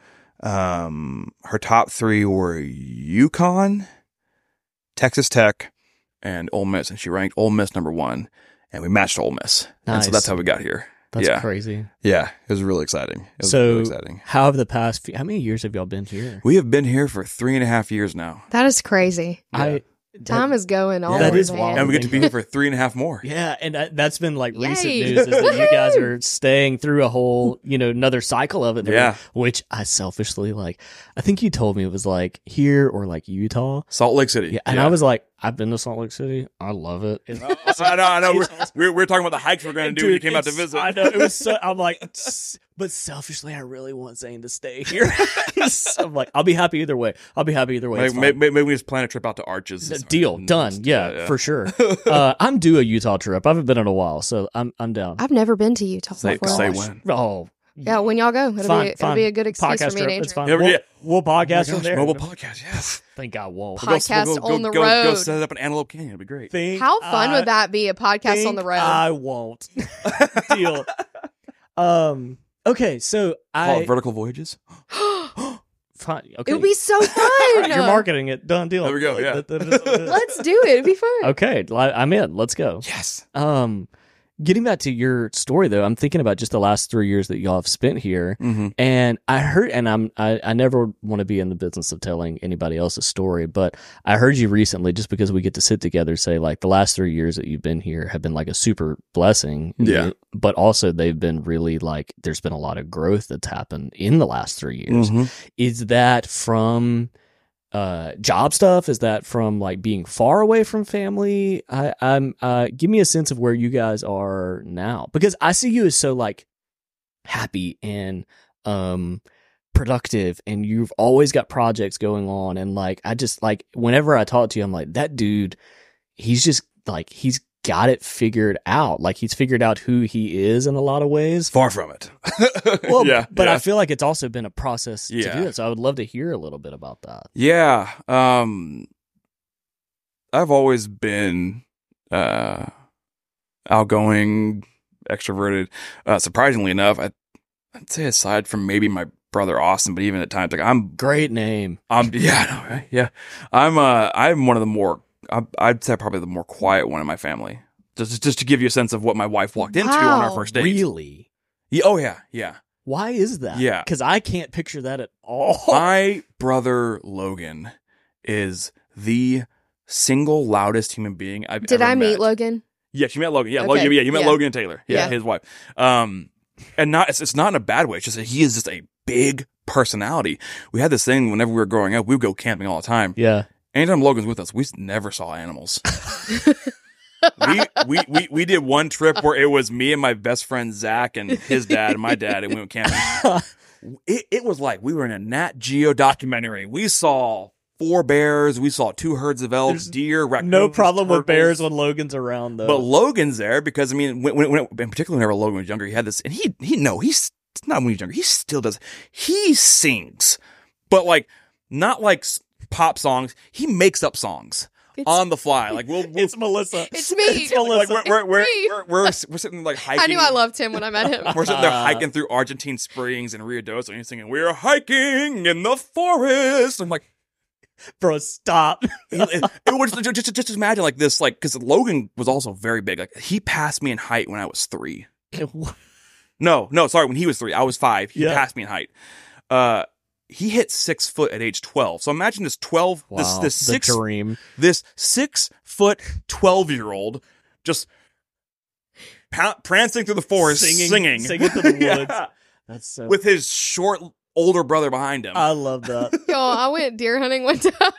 um, her top three were Yukon, Texas Tech, and Ole Miss, and she ranked Ole Miss number one, and we matched Ole Miss, and
Nice.
so that's how we got here.
That's
yeah,
crazy.
yeah, it was really exciting. It was
So-
really exciting.
How have the past few, how many years have y'all been here?
We have been here for three and a half years now,
That is crazy.
yeah.
I
Time
that-
is going all
That
over,
is
wild.
and we get to be here for three and a half more.
Yeah, and I, that's been like recent
Yay.
news is that you guys
Woohoo.
are staying through a whole, you know, another cycle of it. that we-
Yeah.
Which I selfishly like. I think you told me it was like here or like Utah.
Salt Lake City.
Yeah, and I was like, I've been to Salt Lake City. I love it. It's
I know, I know. We're, we're, we're talking about the hikes we're going to do when you
Dude,
came out to
it's-
visit.
I know it was. So, I'm like, "S- but selfishly, I really want Zane to stay here. So I'm like, I'll be happy either way. I'll be happy either way. It's
Maybe,
fine.
maybe, maybe we just plan a trip out to Arches.
The deal
Mm,
done. Yeah, for sure. Uh, I'm due a Utah trip. I haven't been in a while, so I'm I'm down.
I've never been to Utah
Say,
before.
say when.
oh,
Yeah, when y'all go, it'll,
Fine,
be,
fine.
it'll be a good excuse
podcast
for me
trip.
to
It's
intro.
fine.
Yeah,
we'll,
yeah.
we'll podcast
Oh my
from
gosh,
there.
Mobile podcast, yes.
Think I won't.
We'll go- Podcast on the
go, Go
road.
set it up in Antelope Canyon. It'd be great.
Think
How fun
I-
would that be? A podcast on
think
the road.
I won't. deal. Um. Okay, so I
Call it Vertical Voyages.
fine, okay.
it would be so fun.
You're marketing it. Done deal.
There we go, yeah.
Let's do it. It'd be fun.
okay, li- I'm in. Let's go.
Yes.
Um, getting back to your story though, I'm thinking about just the last three years that y'all have spent here,
Mm-hmm.
and I heard, and I'm I, I never want to be in the business of telling anybody else's story, but I heard you recently, just because we get to sit together, say like the last three years that you've been here have been like a super blessing, eh,
Yeah.
but also they've been really like there's been a lot of growth that's happened in the last three years
Mm-hmm.
is that from uh job stuff is that from like being far away from family i i'm uh give me a sense of where you guys are now because i see you as so like happy and um productive and you've always got projects going on and like i just like whenever i talk to you i'm like that dude he's just like he's got it figured out like he's figured out who he is in a lot of ways
Far from it.
well,
yeah.
but
yeah.
I feel like it's also been a process to
Yeah.
do it. So I would love to hear a little bit about that.
Yeah. Um I've always been uh outgoing, extroverted. Uh surprisingly enough, I I'd say aside from maybe my brother Austin, but even at times like I'm
Great name.
I'm yeah, I know, right? Yeah. I'm uh I'm one of the more I I'd say probably the more quiet one in my family. Just just to give you a sense of what my wife walked into on our
Wow,
first date.
Really?
Yeah, oh yeah, yeah.
Why is that?
Yeah.
Because I can't picture that at all.
My brother Logan is the single loudest human being I've
Did
ever
I meet
met.
Logan?
Yeah, she met Logan. Yeah,
Okay.
Logan, yeah, you met
Yeah.
Logan and Taylor. Yeah,
Yeah.
his wife. Um, and not it's, it's not in a bad way. It's just that he is just a big personality. We had this thing whenever we were growing up. We would go camping all the time.
yeah.
Anytime Logan's with us, we s- never saw animals. we, we we we did one trip where it was me and my best friend Zach and his dad and my dad, and we went camping it, it was like we were in a Nat Geo documentary. We saw four bears, we saw two herds of elk,
There's
deer, raccoons,
no problem with bears
turtles.
when Logan's around, though.
But Logan's there because I mean, when, when, when in particular, whenever Logan was younger, he had this, and he he no, he's it's not when he's younger, he still does. He sings, but like not like s- pop songs. He makes up songs
It's-
on the fly. Like we'll, we'll
it's Melissa.
It's me.
It's Melissa.
like we're we're we're,
me.
we're, we're, we're sitting like hiking.
I knew I loved him when I met him.
We're sitting there
Uh,
hiking through Argentine Springs and Rio Doce, and he's singing, "We're hiking in the forest." I'm like,
Bro, stop.
it, it was just, just just imagine like this, like because Logan was also very big. Like he passed me in height when I was three. No, no, sorry, when he was three, I was five. He
Yeah.
passed me in height. Uh, he hit six foot at age twelve. So imagine this twelve, this
Wow,
this
the
six,
dream.
this six foot twelve year old just. pa- Prancing through the forest,
Singing-
singing,
singing through the
Yeah.
woods. That's so.
with his short older brother behind him.
I love that.
Yo, I went deer hunting one time.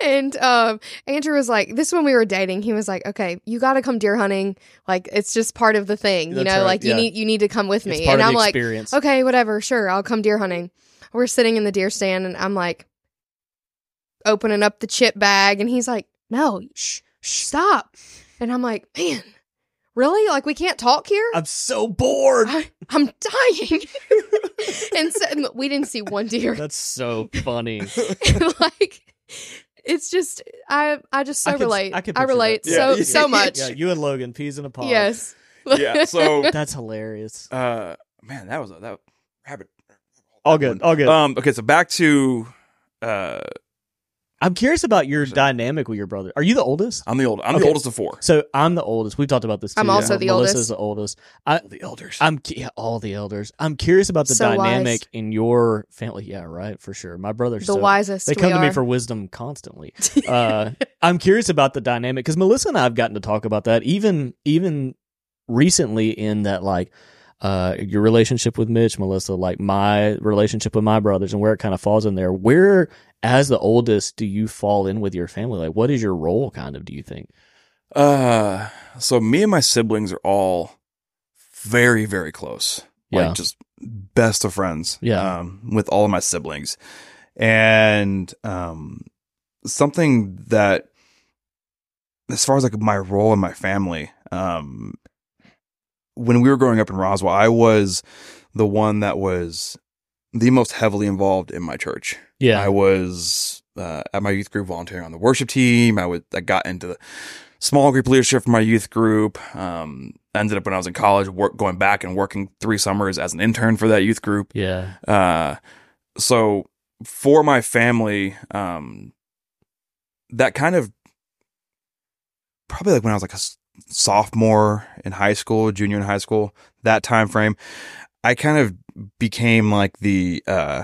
and um, Andrew was like, this is when we were dating. He was like, okay, you got to come deer hunting. Like, it's just part of the thing, you
That's
know.
right,
like,
yeah.
you need you need to come with
It's
me.
part
And
of
I'm
the
like,
experience.
okay, whatever, sure, I'll come deer hunting. We're sitting in the deer stand, and I'm like, opening up the chip bag, and he's like, no, shh, shh, stop. And I'm like, man, really? Like, we can't talk here.
I'm so bored.
I, I'm dying. and so and we didn't see one deer.
That's so funny.
like it's just I I just so
I could-
relate.
I
I,
could picture
relate
that.
so
Yeah.
so much.
yeah, you and Logan, peas in a pod.
yes.
Yeah, so-
That's hilarious.
Uh, man, that was a that rabbit.
All good. All good.
Um, okay, so back to uh,
I'm curious about your dynamic with your brother. Are you the oldest?
I'm the old. I'm
Okay.
the oldest of four.
So I'm the oldest. We've talked about this. Too.
I'm also the
Melissa's
oldest.
the oldest. I,
The elders.
I'm cu- yeah, all the elders. I'm curious about the
So
dynamic
wise.
in your family. Yeah, right, for sure. My brother's
the
so,
wisest.
They come
we
to me
are.
for wisdom constantly. Uh, I'm curious about the dynamic because Melissa and I have gotten to talk about that even even recently in that like uh, your relationship with Mitch, Melissa, like my relationship with my brothers and where it kind of falls in there. Where as the oldest do you fall in with your family? Like what is your role kind of do you think?
Uh, so me and my siblings are all very, very close.
Yeah.
Like just best of friends.
Yeah.
Um, with all of my siblings. And um something that as far as like my role in my family, um when we were growing up in Roswell, I was the one that was the most heavily involved in my church.
Yeah.
I was uh, at my youth group volunteering on the worship team. I was I got into small group leadership for my youth group. Um, ended up when I was in college, work, going back and working three summers as an intern for that youth group.
yeah.
Uh, so for my family, um, that kind of probably like when I was like a s- sophomore in high school, junior in high school, that time frame, I kind of became like the uh,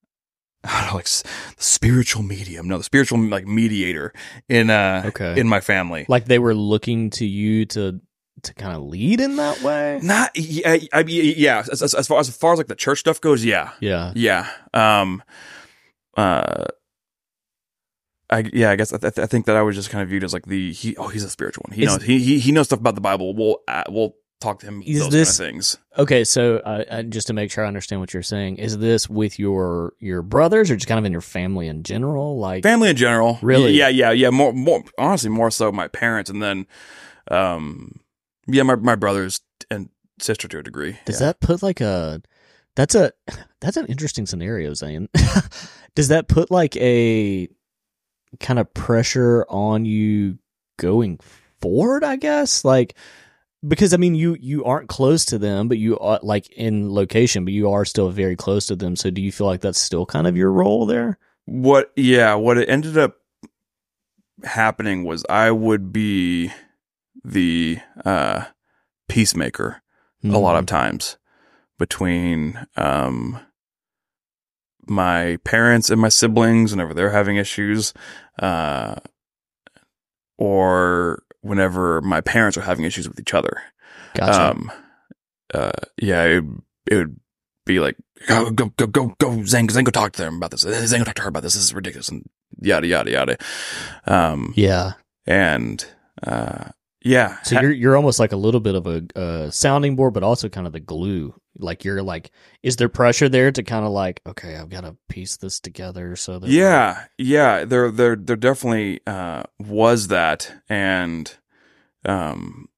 I don't know, like s- spiritual medium, no, the spiritual like mediator in uh
Okay.
in my family.
like they were looking to you to to kind of lead in that way.
Not yeah, I mean yeah, as, as, as far as far as like the church stuff goes, yeah,
Yeah.
Yeah. Um. Uh. I yeah. I guess I, th- I think that I was just kind of viewed as like the he. Oh, he's a spiritual one. He
Is-
knows. He, he he knows stuff about the Bible. We'll uh, we'll talk to him.
Is
those
this-
kind of things?
Okay, so uh, uh, just to make sure I understand what you're saying, is this with your your brothers or just kind of in your family in general? Like,
Family in general.
Really?
Yeah. Yeah. Yeah. More. More. Honestly, more so my parents, and then, um, yeah, my my brothers and sister to a degree.
does
yeah.
that put like a that's a that's an interesting scenario, Zane. does that put like a kind of pressure on you going forward? I guess like because I mean you you aren't close to them, but you are like in location, but you are still very close to them. So do you feel like that's still kind of your role there?
what yeah what it ended up happening was i would be the uh peacemaker a lot
Hmm, Mm-hmm.
of times between um my parents and my siblings whenever they're having issues uh or whenever my parents are having issues with each other
Gotcha.
um, uh, yeah, it, it would be like go go go go go Zane, Zane, go talk to them about this. Zane, go talk to her about this. This is ridiculous and yada yada yada. Um,
yeah.
and uh, yeah,
So you're you're almost like a little bit of a uh, sounding board, but also kind of the glue. Like you're like, is there pressure there to kind of like, okay, I've got to piece this together so that
yeah, yeah. There there there definitely uh, was that, and um,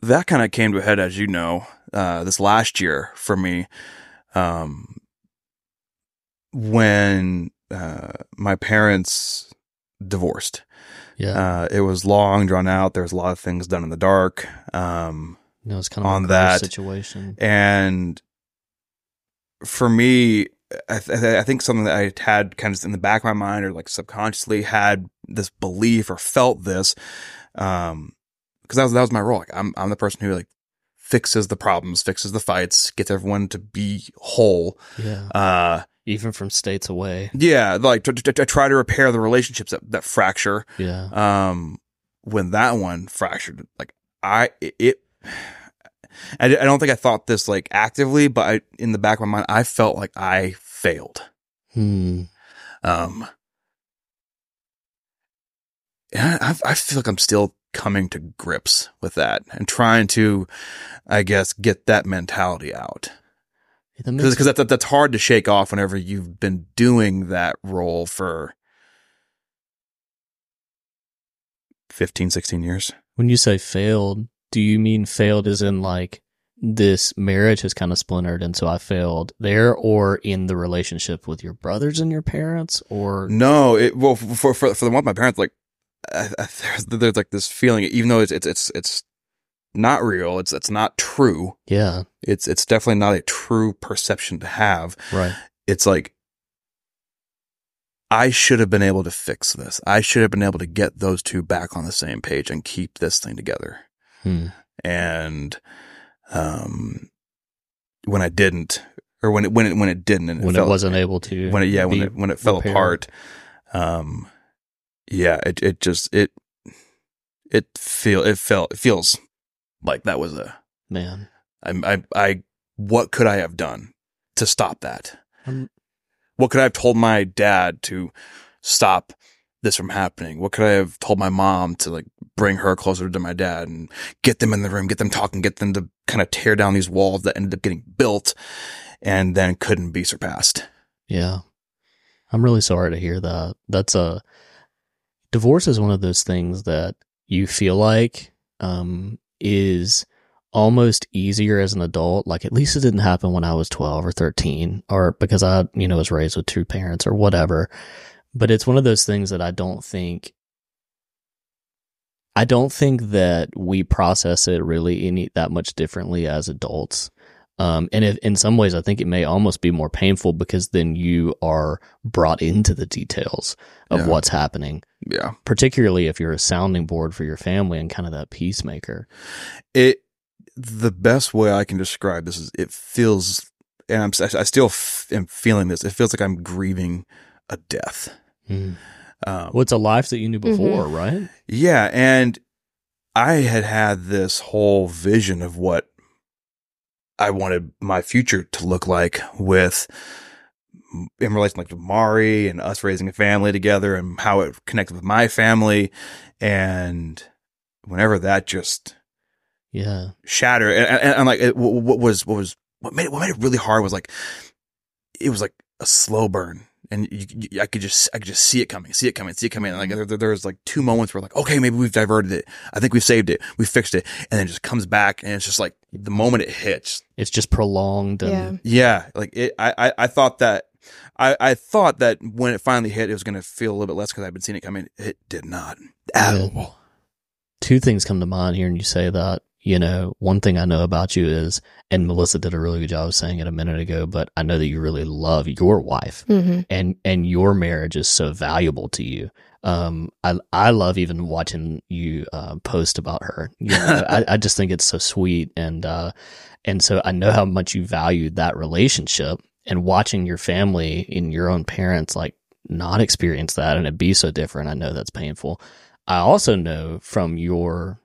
that kind of came to a head as you know uh, this last year for me. Um, when uh, my parents divorced.
yeah,
Uh, it was long, drawn out. There was a lot of things done in the dark, um,
no, it's kind of
on
a gross
that-
situation.
and for me, I, th- I think something that I had kind of in the back of my mind, or like subconsciously had this belief or felt this, um, because that was that was my role. Like I'm I'm the person who like fixes the problems, fixes the fights, gets everyone to be whole.
Yeah,
Uh,
even from states away.
yeah, like to, to, to try to repair the relationships that, that fracture.
Yeah,
um when that one fractured like i it I, di- I don't think i thought this like actively but I, in the back of my mind i felt like i failed
hmm.
um and I, I feel like i'm still coming to grips with that and trying to i guess get that mentality out
That makes-
because that, that's hard to shake off whenever you've been doing that role for 15 16 years
when you say failed, do you mean failed as in like this marriage has kind of splintered, and so I failed there, or in the relationship with your brothers and your parents, or
No, it well for uh, for for the one with my parents like I, I, there's, there's like this feeling even though it's it's it's it's not real. It's it's not true.
Yeah.
It's it's definitely not a true perception to have.
Right.
It's like I should have been able to fix this. I should have been able to get those two back on the same page and keep this thing together.
Hmm.
And um when I didn't or when it when it when it didn't and
When it
felt-
wasn't able to.
when it yeah when
be
it when it fell
repaired.
apart um yeah it it just it it feel it felt it feels like that was a
Man.
I I I what could I have done to stop that
Um,
what could I have told my dad to stop this from happening what could I have told my mom to like bring her closer to my dad and get them in the room get them talking get them to kind of tear down these walls that ended up getting built and then couldn't be surpassed
Yeah. I'm really sorry to hear that. That's a divorce is one of those things that you feel like um is almost easier as an adult like at least it didn't happen when I was 12 or 13 or because I you know was raised with two parents or whatever but it's one of those things that I don't think I don't think that we process it really any that much differently as adults um, and if, in some ways, I think it may almost be more painful because then you are brought into the details of
Yeah.
what's happening,
yeah
particularly if you're a sounding board for your family and kind of that peacemaker.
it the best way i can describe this is it feels and i'm i still f- am feeling this it feels like i'm grieving a death
Mm.
um,
Well, it's a life that you knew before, right?
yeah and i had had this whole vision of what i wanted my future to look like with in relation like to mari and us raising a family together and how it connected with my family and whenever that just
Yeah.
shatter and, and, and like it, what, what was what was what made it, what made it really hard was like it was like a slow burn and you, you, I could just I could just see it coming see it coming see it coming and like there, there- there was like two moments where like okay maybe we've diverted it I think we've saved it we fixed it and then it just comes back and it's just like the moment it hits
It's just prolonged. And,
yeah like it I I, I thought that I, I thought that when it finally hit it was gonna feel a little bit less because I've been seeing it coming it did not at
Yeah.
all
Two things come to mind here, and you say that. You know, one thing I know about you is, and Melissa did a really good job of saying it a minute ago, but I know that you really love your wife.
Mm-hmm.
and and your marriage is so valuable to you. Um, I I love even watching you uh, post about her. You know, I, I just think it's so sweet, and uh, and so I know how much you value that relationship. And watching your family and your own parents like not experience that and it be so different, I know that's painful. I also know from your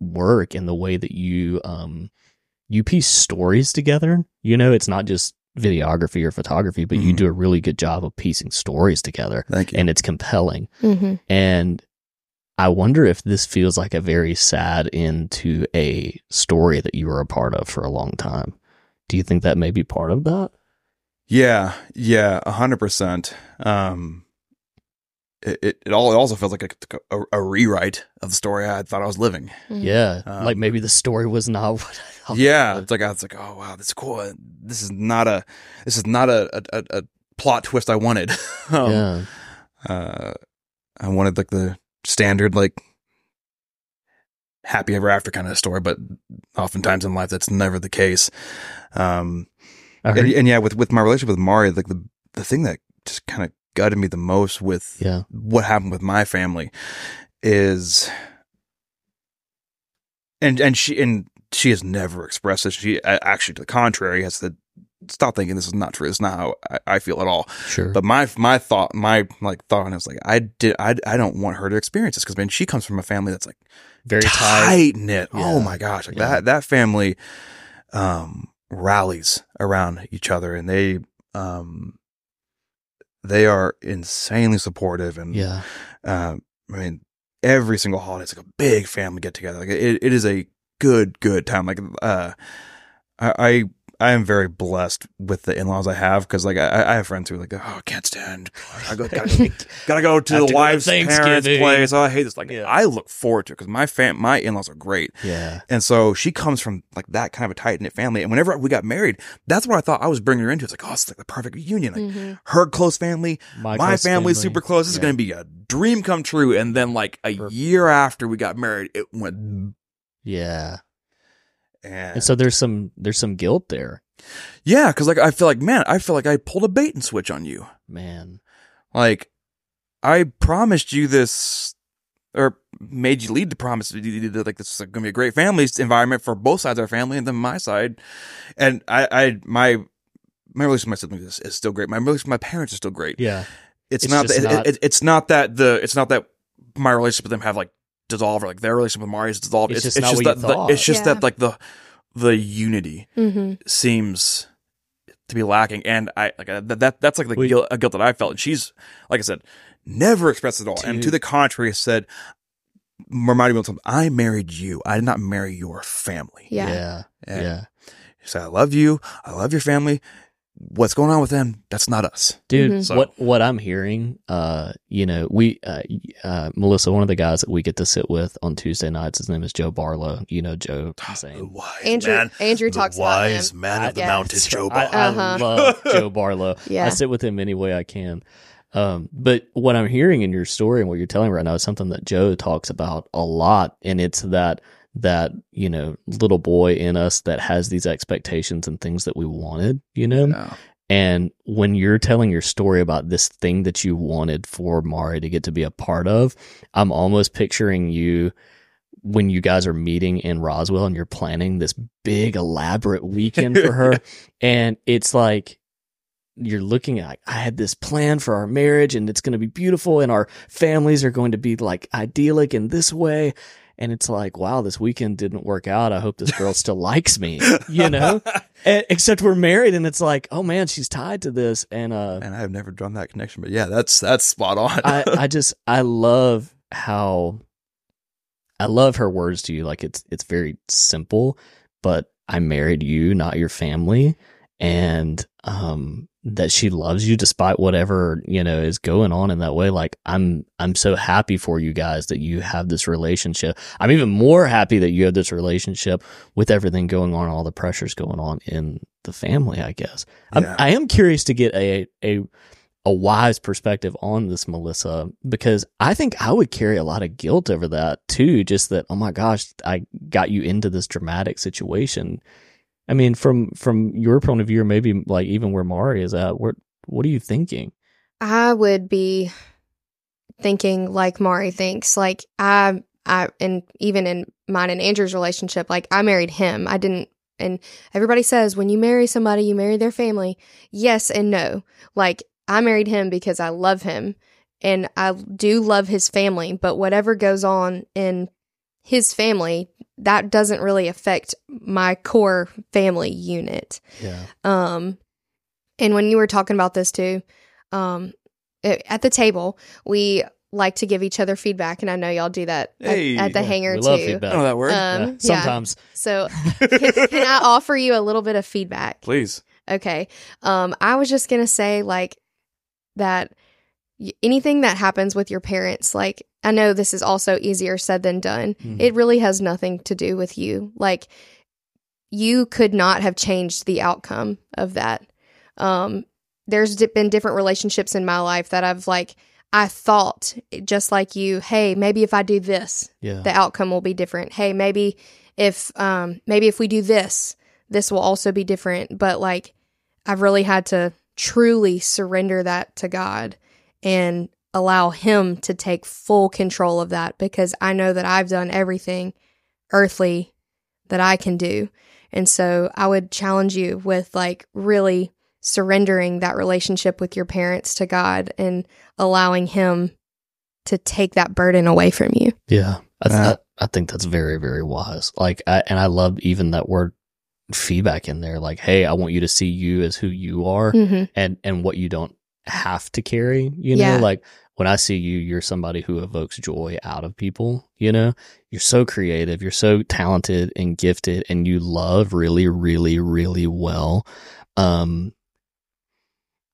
work and the way that you um you piece stories together. You know, it's not just videography or photography, but you
Mhm.
do a really good job of piecing stories together
thank you
and it's compelling.
Mm-hmm.
And I wonder if this feels like a very sad end to a story that you were a part of for a long time. Do you think that may be part of that?
Yeah, yeah, a hundred percent. Um, it, it it all it also feels like a, a, a rewrite of the story I thought I was living.
mm-hmm. Mm.
Yeah.
Um,
like maybe the story was not what I thought.
yeah,
it
it's like I was like, oh wow, that's cool. This is not a this is not a a, a, a plot twist I wanted.
was.
um,
yeah.
uh, I wanted like the standard like happy ever after kind of story, but oftentimes in life that's never the case. Um,
I heard-
and, and yeah, with with my relationship with Mari, like the the thing that just kind of gutted me the most with
yeah.
what happened with my family is and and she and she has never expressed this she a- actually to the contrary has said stop thinking this is not true it's not how i, I feel at all
Sure.
but my my thought my like thought on it was like i did i, I don't want her to experience this because man she comes from a family that's like
very tight.
tight knit oh
Yeah.
my gosh like
Yeah.
that that family um rallies around each other and they um they are insanely supportive and
Yeah.
um, I mean, every single holiday it's like a big family get together. Like it, it is a good, good time. Like uh, I, I I am very blessed with the in laws I have because like I, I have friends who are like, oh, I can't stand. I go, gotta, go, gotta go to
Have
the
to go to
wife's parents'
Thanksgiving.
place. Oh, I hate this. Like
Yeah.
I look forward to it because my fam, my in laws are great.
Yeah.
And so she comes from like that kind of a tight knit family. And whenever we got married, that's what I thought I was bringing her into. It's like, oh, it's like the perfect reunion. Like
Mm-hmm.
her close family, my
close
family's super close. This is
Yeah.
going to be a dream come true. And then, like a
Perfect.
year after we got married, it went
Yeah.
And,
And so there's some there's some guilt there,
yeah, because like I feel like man, I feel like I pulled a bait and switch on you.
man.
Like I promised you this, or made you lead the promise that you- that, like this is going to be a great family environment for both sides of our family and then my side. And I, I my my relationship with my siblings is, is still great. My relationship with my parents is still great.
Yeah.
it's,
It's
not that
just
it,
not-
it- it's not that the it's not that my relationship with them have like dissolved or like their relationship with Mari is dissolved.
It's
It's,
just
it's,
not
just,
what you
that the,
thought.
it's just
Yeah.
that like the the unity
Mm-hmm.
seems to be lacking, and I like uh, that, that that's like the
We-
guilt, a guilt that I felt. And she's like I said, never expressed it at all, and to
Dude.
the contrary, said reminded me of something. I married you. I did not marry your family.
Yeah.
Yeah.
And
yeah.
She said, I love you. I love your family. What's going on with them? That's not us.
dude
Mhm.
So-
what what i'm hearing uh you know we uh, y- uh melissa one of the guys that we get to sit with on tuesday nights his name is joe barlow you know joe
The
same
wise
Andrew
man
Andrew talks about him.
man
Yeah.
I, I
Uh-huh.
love joe barlow i
Yeah.
sit with him any way i can um but what i'm hearing in your story and what you're telling right now is something that joe talks about a lot and it's that that you know little boy in us that has these expectations and things that we wanted you know And when you're telling your story about this thing that you wanted for Mari to get to be a part of, I'm almost picturing you when you guys are meeting in Roswell and you're planning this big elaborate weekend for her. and it's like you're looking at I had this plan for our marriage and it's going to be beautiful and our families are going to be like idyllic in this way. And it's like, wow, this weekend didn't work out. I hope this girl still likes me, you know? And, Eh, except we're married, and it's like, oh man, she's tied to this, and uh,
and I've never drawn that connection, but yeah, that's that's spot on.
I, I just, I love how, I love her words to you. Like it's, it's very simple, but I married you, not your family, and um, that she loves you despite whatever you know is going on in that way. Like I'm, I'm so happy for you guys that you have this relationship. I'm even more happy that you have this relationship with everything going on, all the pressures going on in the family. I guess I'm,
Yeah.
I am curious to get a a a wise perspective on this, Melissa, because I think I would carry a lot of guilt over that too. Just that, oh my gosh, I got you into this dramatic situation. I mean, from from your point of view, or maybe like even where Mari is at, what what are you thinking?
I would be thinking like Mari thinks. Like I, I, and even in mine and Andrew's relationship, like I married him. I didn't. And everybody says when you marry somebody, you marry their family. Yes and no. Like I married him because I love him, and I do love his family. But whatever goes on in his family, that doesn't really affect my core family unit.
Yeah,
Um, and when you were talking about this too, um, a- at the table, we like to give each other feedback, and I know y'all do that at-
Hey.
at, the
Yeah,
hangar
we
too.
love
I
feedback.
don't know that word.
Um,
Yeah,
yeah.
sometimes
So, can, can I offer you a little bit of feedback?
Please.
Okay. Um, I was just gonna say like that. y- Anything that happens with your parents, like I know this is also easier said than done.
Mhm.
It really has nothing to do with you. Like you could not have changed the outcome of that. Um, there's di- been different relationships in my life that I've like I thought eh, just like you. Hey, maybe if I do this,
yeah,
the outcome will be different. Hey, maybe if um maybe if we do this, this will also be different. But like I've really had to truly surrender that to God and allow him to take full control of that because I know that I've done everything earthly that I can do. And so I would challenge you with like really surrendering that relationship with your parents to God and allowing him to take that burden away from you.
yeah. I, th-
Uh,
I, I think that's very very wise. Like, I, and I loved even that word feedback in there. Like, hey, I want you to see you as who you are,
hmm
and and what you don't have to carry you know
Yeah.
like when i see you you're somebody who evokes joy out of people you know you're so creative you're so talented and gifted and you love really really really well um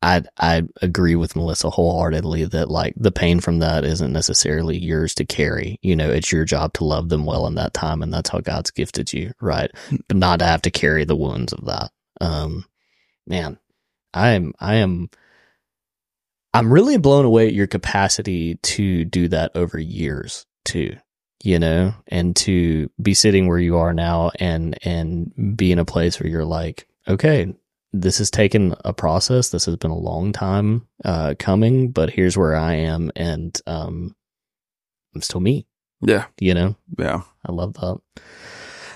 i i agree with melissa wholeheartedly that like the pain from that isn't necessarily yours to carry you know it's your job to love them well in that time and that's how god's gifted you right but not to have to carry the wounds of that um man I am I am I'm really blown away at your capacity to do that over years too. you know, and to be sitting where you are now and and be in a place where you're like, okay, this has taken a process. This has been a long time uh, coming, but here's where I am, and um, I'm still me.
Yeah.
You know,
Yeah.
I love that.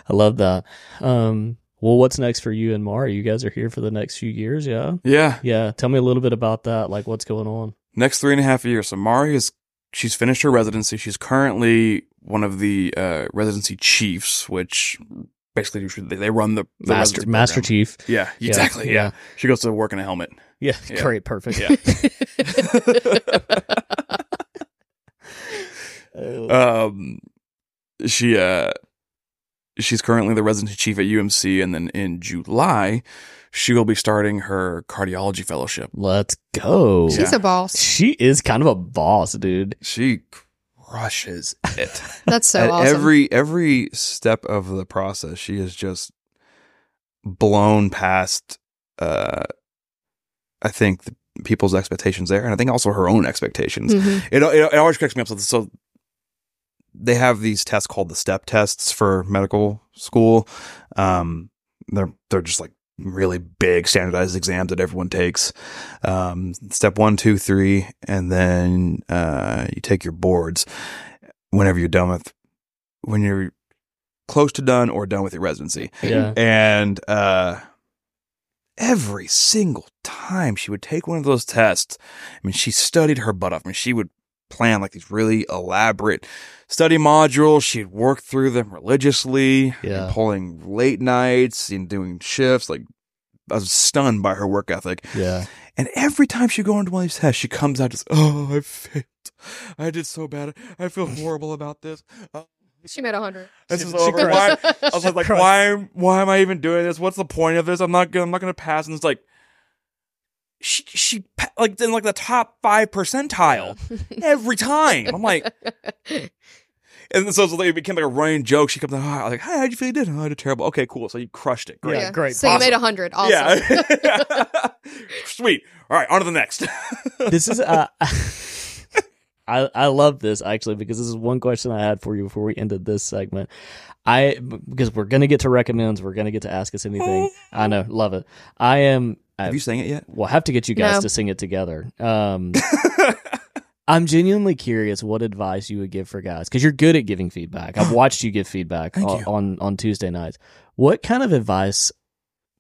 I love that. Um, well, what's next for you and Mara? You guys are here for the next few years, yeah.
Yeah.
Yeah, tell me a little bit about that. Like, what's going on?
Next three and a half years. So Mari is she's finished her residency. She's currently one of the uh, residency chiefs, which basically they they run the, the
Master
residency
Master
program.
Chief.
Yeah,
Yeah,
exactly. Yeah. She goes to work in a helmet.
yeah,
Yeah.
Great. Perfect.
Yeah. um, she uh, she's currently the resident chief at UMC, and then in July, she will be starting her cardiology fellowship.
Let's go.
Yeah.
She's a boss.
She is kind of a boss, dude.
She crushes it.
That's so
At
awesome.
every every step of the process, she is just blown past. Uh, I think the people's expectations there, and I think also her own expectations.
Mhm.
It, it it always cracks me up. So, so they have these tests called the step tests for medical school. Um, they're they're just like really big standardized exams that everyone takes. Um, step one, two, three, and then uh, you take your boards whenever you're done with when you're close to done or done with your residency
Yeah.
and uh every single time she would take one of those tests i mean she studied her butt off i mean she would plan like these really elaborate study modules she'd work through them religiously
Yeah.
pulling late nights and doing shifts like i was stunned by her work ethic
Yeah.
and every time she go into one of these tests she comes out just oh i failed i did so bad i feel horrible about this Uh,
She made a hundred.
this
She-
is
she
over
cried.
Why- I was like,
Christ.
why? Why am I even doing this? What's the point of this? I'm not. Gonna, I'm not going to pass. And it's like, she, she, pa- like, in like the top five percentile every time. I'm like, and so it's like, it became like a running joke. She comes, out, "Hi," I was like, hi, how'd you feel? You did? Oh, I did terrible. Okay, cool. So you crushed it. Great.
Yeah, great.
So you made a hundred. Awesome.
Yeah. Sweet. All right, on to the next.
this is uh, I I love this actually because this is one question I had for you before we ended this segment. I because we're gonna get to recommends, we're gonna get to ask us anything. I know, love it. I am. I,
Have you sang it yet?
we'll have to get you guys
No.
to sing it together. Um, I'm genuinely curious what advice you would give for guys because you're good at giving feedback. I've watched you give feedback
Thank
o-
you.
on on Tuesday nights. What kind of advice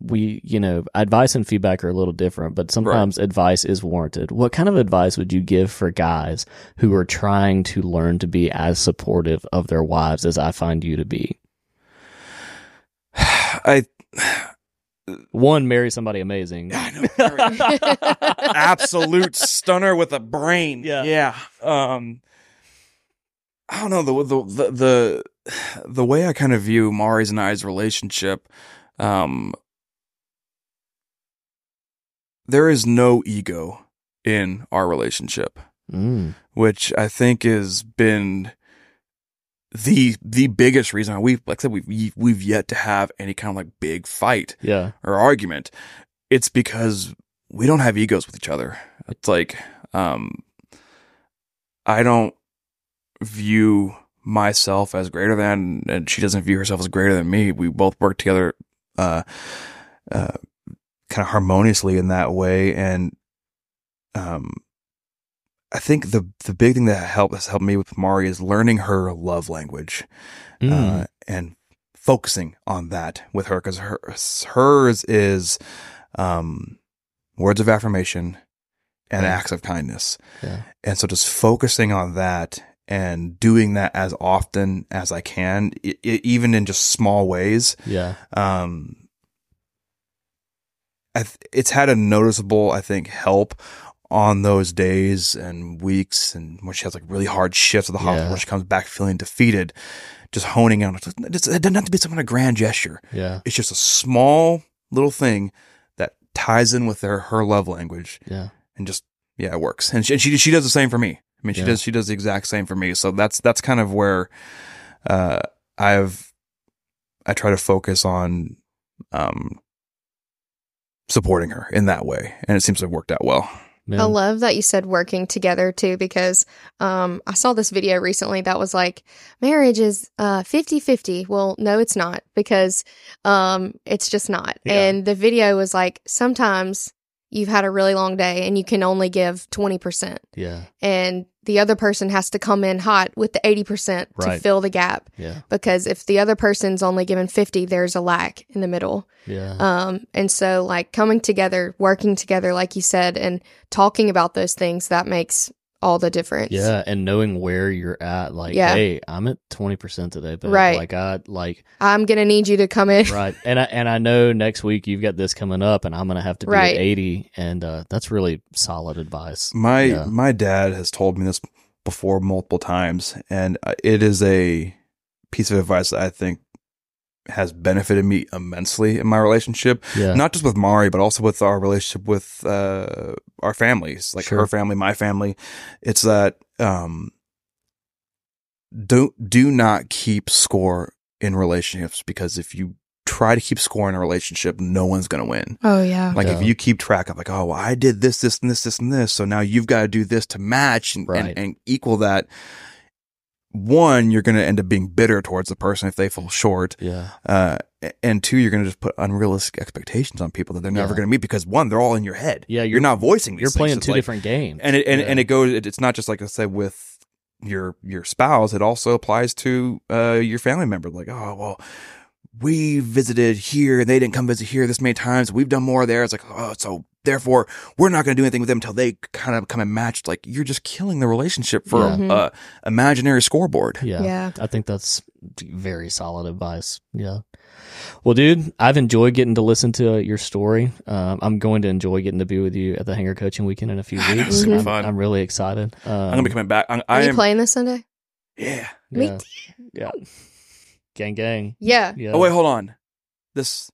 we you know advice and feedback are a little different, but sometimes advice is warranted. What kind of advice would you give for guys who are trying to learn to be as supportive of their wives as I find you to be?
I
One, marry somebody amazing.
absolute stunner with a brain.
Yeah.
yeah. Um,
I don't know the the the the, the way I kind of view Mari's and I's relationship. Um, there is no ego in our relationship,
Mm,
which I think has been the the biggest reason why we like I said we've we've yet to have any kind of like big fight
yeah,
or argument. It's because we don't have egos with each other. It's like um I don't view myself as greater than and she doesn't view herself as greater than me. We both work together
uh, uh, kind of harmoniously in that way. And um, I think the the big thing that helped has helped me with Mari is learning her love language
Mm,
uh, and focusing on that with her because her hers is um, words of affirmation and
Mm.
acts of kindness.
Yeah.
And so just focusing on that and doing that as often as I can, i i even in just small ways,
yeah,
um I th- it's had a noticeable i think help on those days and weeks and when she has like really hard shifts at the hospital
Yeah.
where she comes back feeling defeated just honing in on it it doesn't have to be some kind of grand gesture
yeah,
it's just a small little thing that ties in with her her love language
yeah.
and just yeah it works and she and she, she does the same for me i mean she
Yeah.
does she does the exact same for me so that's that's kind of where uh i've i try to focus on um supporting her in that way and it seems to have worked out well
Yeah.
I love that you said working together too, because um, I saw this video recently that was like, marriage is 50 50. Well, no, it's not, because um, it's just not.
Yeah.
And the video was like, sometimes you've had a really long day and you can only give 20%,
yeah.
and the other person has to come in hot with the 80% to
Right.
fill the gap.
Yeah.
Because if the other person's only given 50, there's a lack in the middle.
Yeah.
Um, and so like coming together, working together, like you said, and talking about those things, that makes all the difference.
Yeah, and knowing where you're at, like,
Yeah.
hey, I'm at twenty percent today, but
Right.
like I like
I'm gonna need you to come in.
right, and I and I know next week you've got this coming up, and I'm gonna have to be
Right.
at eighty, and uh, that's really solid advice.
My
Yeah.
my dad has told me this before multiple times, and uh, it is a piece of advice that I think has benefited me immensely in my relationship,
Yeah,
not just with Mari, but also with our relationship with uh, our families, like
Sure.
her family, my family. It's that um, don't do not keep score in relationships because if you try to keep score in a relationship, no one's going to win.
Oh yeah.
Like if
Yeah.
you keep track of like, oh, well, I did this, this, and this, this, and this, so now you've got to do this to match and,
Right.
and, and equal that. One, you're going to end up being bitter towards the person if they fall short,
yeah,
uh, a- and two, you're going to just put unrealistic expectations on people that they're never
Yeah.
going to meet because one, they're all in your head.
Yeah,
you're,
you're-
not voicing. These
you're
things.
playing
It's
two
like-
different games,
and it and,
Yeah.
and it goes. It, it's not just like I said with your your spouse. It also applies to uh, your family member. Like, oh well, we visited here and they didn't come visit here this many times. We've done more there. It's like, oh, so therefore we're not going to do anything with them until they kind of come and match. Like, you're just killing the relationship for
Yeah.
a imaginary scoreboard.
yeah.
Yeah.
I think that's very solid advice. Yeah. Well, dude, I've enjoyed getting to listen to uh, your story. Um, I'm going to enjoy getting to be with you at the Hanger Coaching Weekend in a few weeks.
I know, it's gonna be
I'm,
fun.
I'm really excited. Um,
I'm gonna be coming back. I'm,
Are
I
you
am-
playing this Sunday?
Yeah.
Me
Yeah. yeah. Gang, gang.
Yeah.
Yeah.
Oh wait, hold on. This.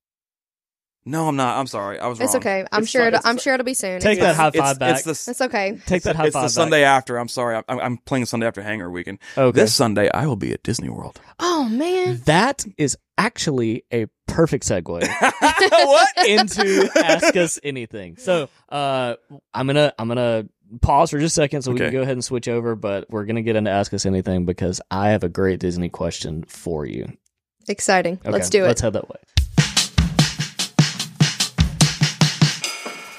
No, I'm not. I'm sorry. I was.
It's
wrong.
okay. I'm
It's
sure.
Sun-
It'll,
it's
I'm
Sun-
sure it'll be soon.
Take
It's-
that high
it's-
five back.
It's the,
It's okay.
Take that high
it's
five.
the
back.
Sunday after. I'm sorry. I'm, I'm playing Sunday after Hangar Weekend.
Okay.
This Sunday, I will be at Disney World.
Oh man.
that is actually a perfect segue.
what?
into ask us anything. So uh, I'm gonna I'm gonna pause for just a second so we can
Okay.
go ahead and switch over, but we're gonna get into ask us anything because I have a great Disney question for you.
Exciting. Let's do it.
Let's head that way.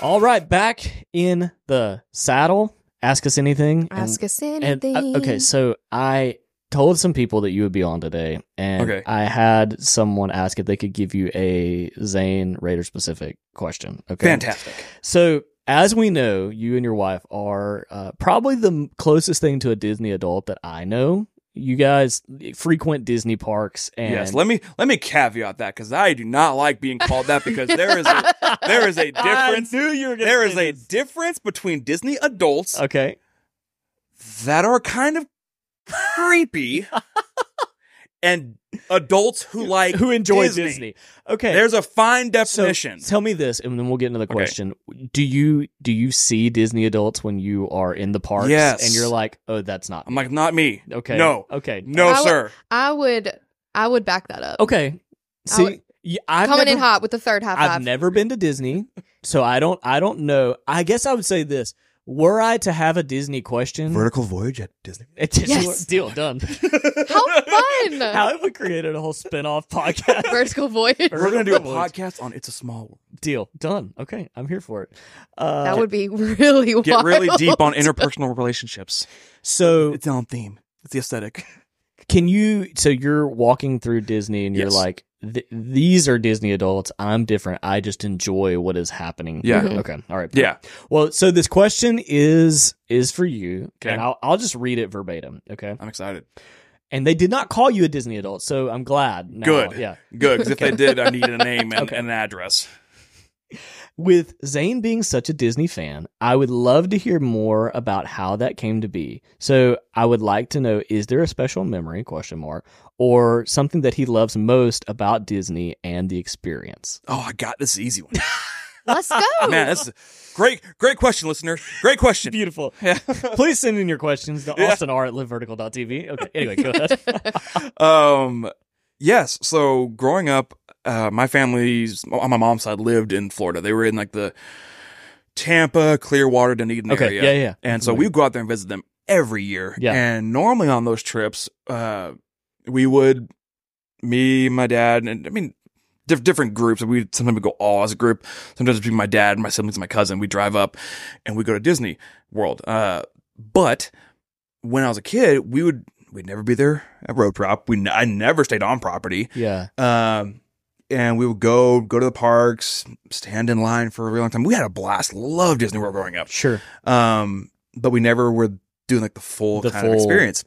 All right, back in the saddle. Ask us anything. and-
Ask us
and, uh,
anything.
okay, so I told some people that you would be on today, and
Okay.
I had someone ask if they could give you a Zane Raider specific question. Okay,
Fantastic.
So as we know, you and your wife are uh, probably the m- closest thing to a Disney adult that I know. You guys frequent Disney parks, and
yes. Let me let me caveat that because I do not like being called that because there is a, there is a difference.
I knew you were gonna
There
say
is a
this.
difference between Disney adults
okay.
that are kind of creepy and adults who like
Who enjoys
Disney.
Disney? Okay,
There's a fine
So,
definition.
tell me this, and then we'll get into the
Okay.
question. Do you do you see Disney adults when you are in the parks?
Yes.
and you're like, oh, that's not.
I'm
me."
like, not me.
okay,
no.
okay,
No,
I would-
sir.
I would. I would back that up.
okay. See, y- I've
Coming in
never-
hot with the third high
I've
five.
never been to Disney, so I don't I don't know. I guess I would say this: were I to have a Disney question,
Vertical voyage at Disney.
it's just
Yes.
deal done.
How fun!
How if we created a whole spin-off podcast?
Vertical voyage.
We're gonna do a
Vertical voyage.
podcast on It's a Small World.
deal done. Okay, I'm here for it. Uh,
That would be really wild.
Get really deep on interpersonal relationships.
so
It's on theme. It's the aesthetic.
Can you? So you're walking through Disney, and you're
Yes.
like, th- "These are Disney adults. I'm different. I just enjoy what is happening."
Yeah.
Mhm.
Okay. All right.
Yeah.
Well, so this question is is for you,
Okay.
and I'll I'll just read it verbatim. Okay.
I'm excited.
And they did not call you a Disney adult, so I'm glad. now.
Good.
Yeah.
Good, because if they did, I need a name and,
Okay.
and an address.
With Zane being such a Disney fan, I would love to hear more about how that came to be. So I would like to know is there a special memory question mark or something that he loves most about Disney and the experience?
Oh, I got this easy one.
Let's go.
Man, that's a great, great question, listener. Great question.
Beautiful.
Yeah.
Please send in your questions to
Yeah.
Austin R at livevertical.tv. Okay. Anyway, go ahead.
Um, yes. So growing up, uh, my family's on my mom's side lived in Florida. They were in like the Tampa, Clearwater, Dunedin
Okay.
area.
Yeah, yeah. yeah.
And so we would go out there and visit them every year.
Yeah.
And normally on those trips, uh, we would, me, my dad, and I mean, diff- different groups. We sometimes we go all as a group. Sometimes it's my dad, my siblings, and my cousin. We drive up and we go to Disney World. Uh, but when I was a kid, we would we'd never be there at road prop. We n- I never stayed on property.
Yeah.
Um, and we would go go to the parks, stand in line for a really long time. We had a blast. Loved Disney World growing up
Sure.
um, but we never were doing like the full
The
kind
full-
of experience.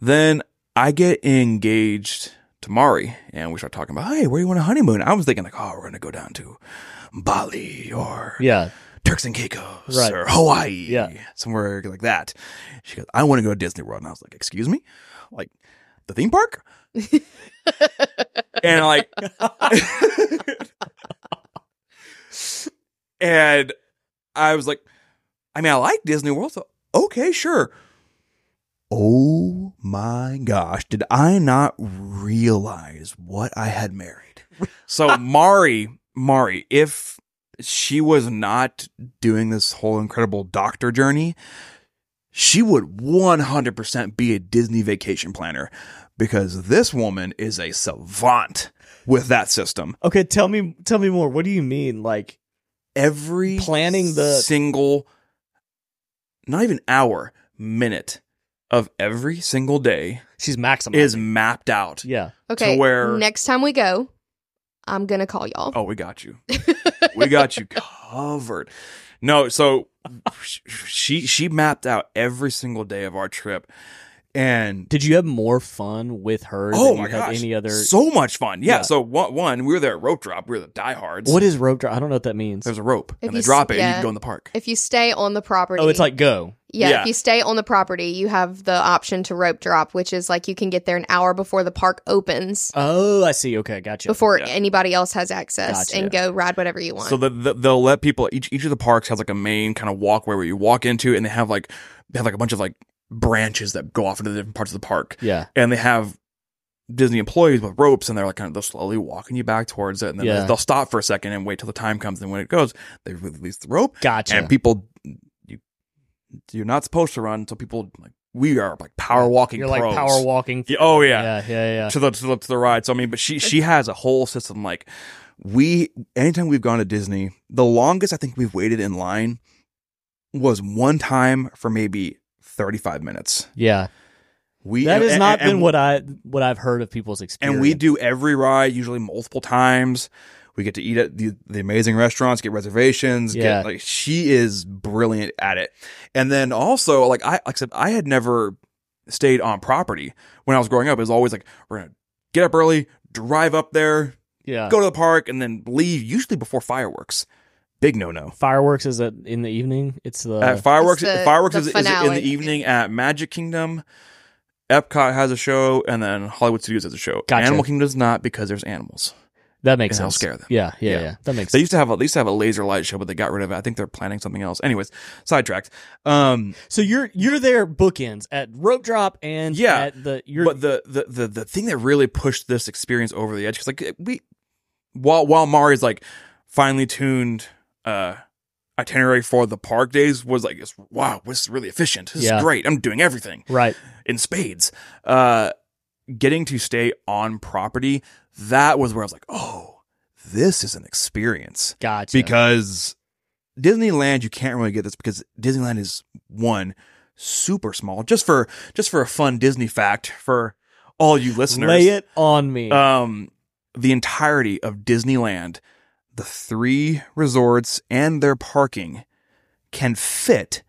Then I get engaged to Mari, and we start talking about, hey, where you want a honeymoon? I was thinking like, oh, we're gonna go down to Bali or
Yeah.
Turks and Caicos
Right.
or Hawaii,
Yeah.
somewhere like that. She goes, I want to go to Disney World, and I was like, excuse me, like the theme park. and like and I was like, I mean, I like Disney World, so okay, sure. Oh my gosh, did I not realize what I had married? so Mari, Mari, if she was not doing this whole incredible doctor journey, she would 100% be a Disney vacation planner because this woman is a savant with that system.
Okay. Tell me. Tell me more. What do you mean? Like
Every
Planning the-
single, not even hour, minute of every single day
she's maximizing.
is mapped out.
yeah.
Okay.
where-
next time we go, I'm gonna call y'all.
Oh, we got you. we got you covered. No, so she she mapped out every single day of our trip, and
Did you have more fun with her
oh
than
my
you had
gosh,
any other?
so much fun. Yeah.
Yeah.
So one, one, we were there at rope drop. We were the diehards.
what is rope drop? I don't know what that means.
There's a rope,
If
and they
you s-
drop it, and
yeah.
you can go in the park.
If you stay on the property,
oh, it's like go.
yeah,
yeah.
If you stay on the property, you have the option to rope drop, which is like you can get there an hour before the park opens,
Oh, I see. Okay, gotcha.
before
yeah.
anybody else has access,
Gotcha.
and go ride whatever you want.
So the, the, they'll let people each each of the parks has like a main kind of walkway where you walk into, and they have like they have like a bunch of like branches that go off into the different parts of the park,
yeah.
and they have Disney employees with ropes, and they're like kind of they're slowly walking you back towards it, and then
Yeah.
they'll stop for a second and wait till the time comes, and when it goes, they release the rope,
Gotcha.
and people you you're not supposed to run, so people like we are like power walking,
You're like
pros.
power walking.
Yeah, oh yeah,
Yeah. Yeah. Yeah.
to the to the, to the ride. So I mean, but she she has a whole system. Like we, anytime we've gone to Disney, the longest I think we've waited in line was one time for maybe thirty five minutes.
Yeah.
We
That has
and-
not
and-
been what I what I've heard of people's experience.
And we do every ride usually multiple times. We get to eat at the, the amazing restaurants, get reservations.
Yeah.
Get, like she is brilliant at it. And then also, like I like I said, I had never stayed on property when I was growing up. It was always like we're gonna get up early, drive up there,
Yeah.
go to the park, and then leave. Usually before fireworks. Big no no.
Fireworks is at in the evening. It's the
At fireworks,
It's the-
fireworks
the
is, is in
finale.
the evening at Magic Kingdom. Epcot has a show, and then Hollywood Studios has a show.
Gotcha.
Animal Kingdom does not because there's animals.
that makes
and I'll
sense.
scare them.
Yeah, yeah, yeah.
Yeah.
That makes
They
sense.
used to have a, they used to have a laser light show, but they got rid of it. I think they're planning something else. Anyways, sidetracked. Um,
So you're you're there bookends at rope drop and
Yeah,
at the you're
but the, the the the thing that really pushed this experience over the edge because like we, while while Mari's like finely tuned uh itinerary for the park days was like it's, wow this is really efficient this
Yeah.
is great I'm doing everything
right.
in spades. Uh, getting to stay on property that was where I was like oh this is an experience.
Gotcha.
because Disneyland you can't really get this because Disneyland is one super small. Just for just for a fun Disney fact for all you listeners,
lay it on me.
um, the entirety of Disneyland, the three resorts and their parking can fit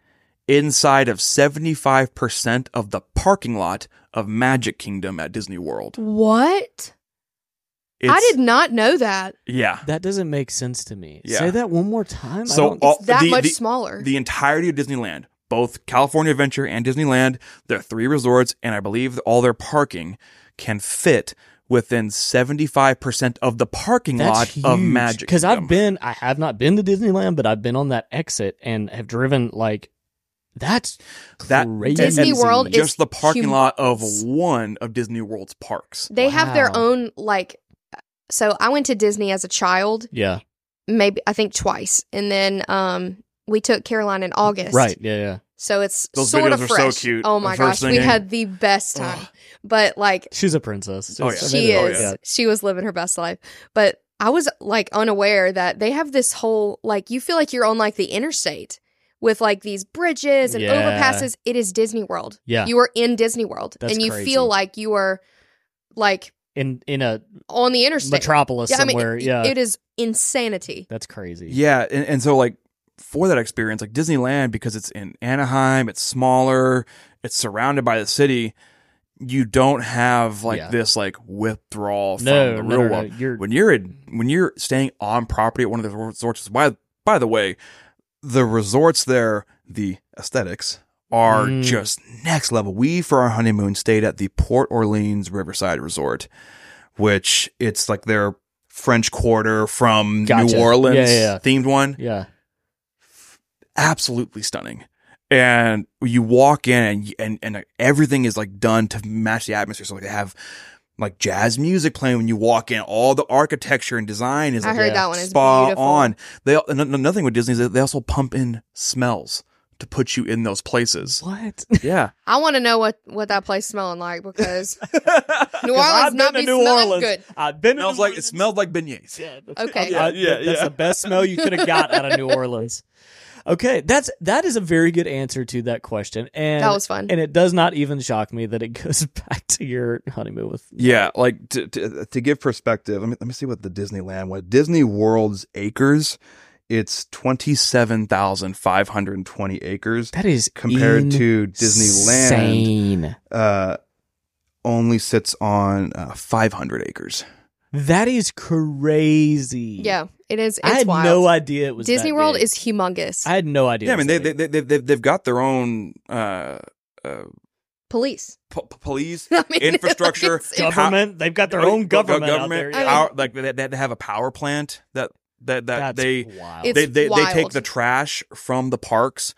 inside of seventy five percent of the parking lot of Magic Kingdom at Disney World.
what? I did not know that.
Yeah.
that doesn't make sense to me.
Yeah.
Say that one more time. I
So
don't-
all-
It's that
the-
much
the-
smaller.
the entirety of Disneyland, both California Adventure and Disneyland, their three resorts, and I believe all their parking can fit within 75% of the parking lot
that's
of Magic.
Because I've
Kingdom.
been I have not been to Disneyland, but I've been on that exit and have driven like that's
that
crazy.
Disney World
just
is
the parking
humongous.
lot of one of Disney World's parks.
they have their
Wow.
own like. So I went to Disney as a child,
Yeah.
maybe I think twice, and then um we took Caroline in August.
Right. Yeah. Yeah.
So it's
Those
sort
videos
of
are so
fresh.
cute
Oh
of
my
her
gosh, we
singing.
had the best time.
Ugh.
But like
She's a princess.
Oh,
It's-
yeah.
she
I mean,
is. She was living her best life. But I was like unaware that they have this whole like you feel like you're on like the interstate with like these bridges and
Yeah.
overpasses. It is Disney World.
Yeah.
You are in Disney World
That's
and you
crazy.
feel like you are like
in in a
on the interstate.
metropolis
yeah, I mean,
somewhere.
it-
yeah.
it is insanity.
That's crazy.
Yeah, and, and so like for that experience, like Disneyland, because it's in Anaheim, it's smaller, it's surrounded by the city. You don't have like
Yeah.
this like withdrawal from
No,
the
no,
real
no, no,
world.
You're
When you're in, when you're staying on property at one of the resorts, by by the way,
the resorts there, the aesthetics are
Mm.
just next level. We for our honeymoon stayed at the Port Orleans Riverside Resort, which it's like their French Quarter from
Gotcha.
New Orleans
Yeah, yeah, yeah.
themed one.
yeah.
Absolutely stunning.
and you walk in and and, and like, everything is like done to match the atmosphere. So like they have like jazz music playing when you walk in. All the architecture and design is
I
like
heard
yeah,
that one is
spot
beautiful.
on. They an- another thing with Disney is that they also pump in smells to put you in those places.
What?
Yeah,
I want to know what what that place smelling like because New
'Cause
Orleans
I've
not
been
be
to New
smelling
Orleans.
good.
I've been
it
to
smells
New
like it
Orleans.
smelled like beignets.
Yeah, that's,
Okay.
I- I-
Yeah,
that-
yeah,
that's
yeah.
the best smell you could have got out of New Orleans. Okay, that's that is a very good answer to that question, and
That was fun.
and it does not even shock me that it goes back to your honeymoon with.
Yeah, like to, to to give perspective, let me let me see what the Disneyland was. Disney World's acres, it's twenty seven thousand five hundred and twenty acres
That is
compared to Disneyland.
Insane.
Uh, only sits on uh, five hundred acres.
That is crazy.
Yeah, it is. It's
I had
wild.
no idea it was
Disney
that
World
big.
is humongous.
I had no idea.
Yeah, I
it was
mean they
that
they
big.
they they they've got their own uh uh
Police.
po- po- police
I mean,
Infrastructure,
it's- it's-
government. They've got their own government. out there.
I mean-
Oh, power, like they, they have a power plant that that that
That's
they
wild.
It's
they they, they take
wild.
the trash from the parks,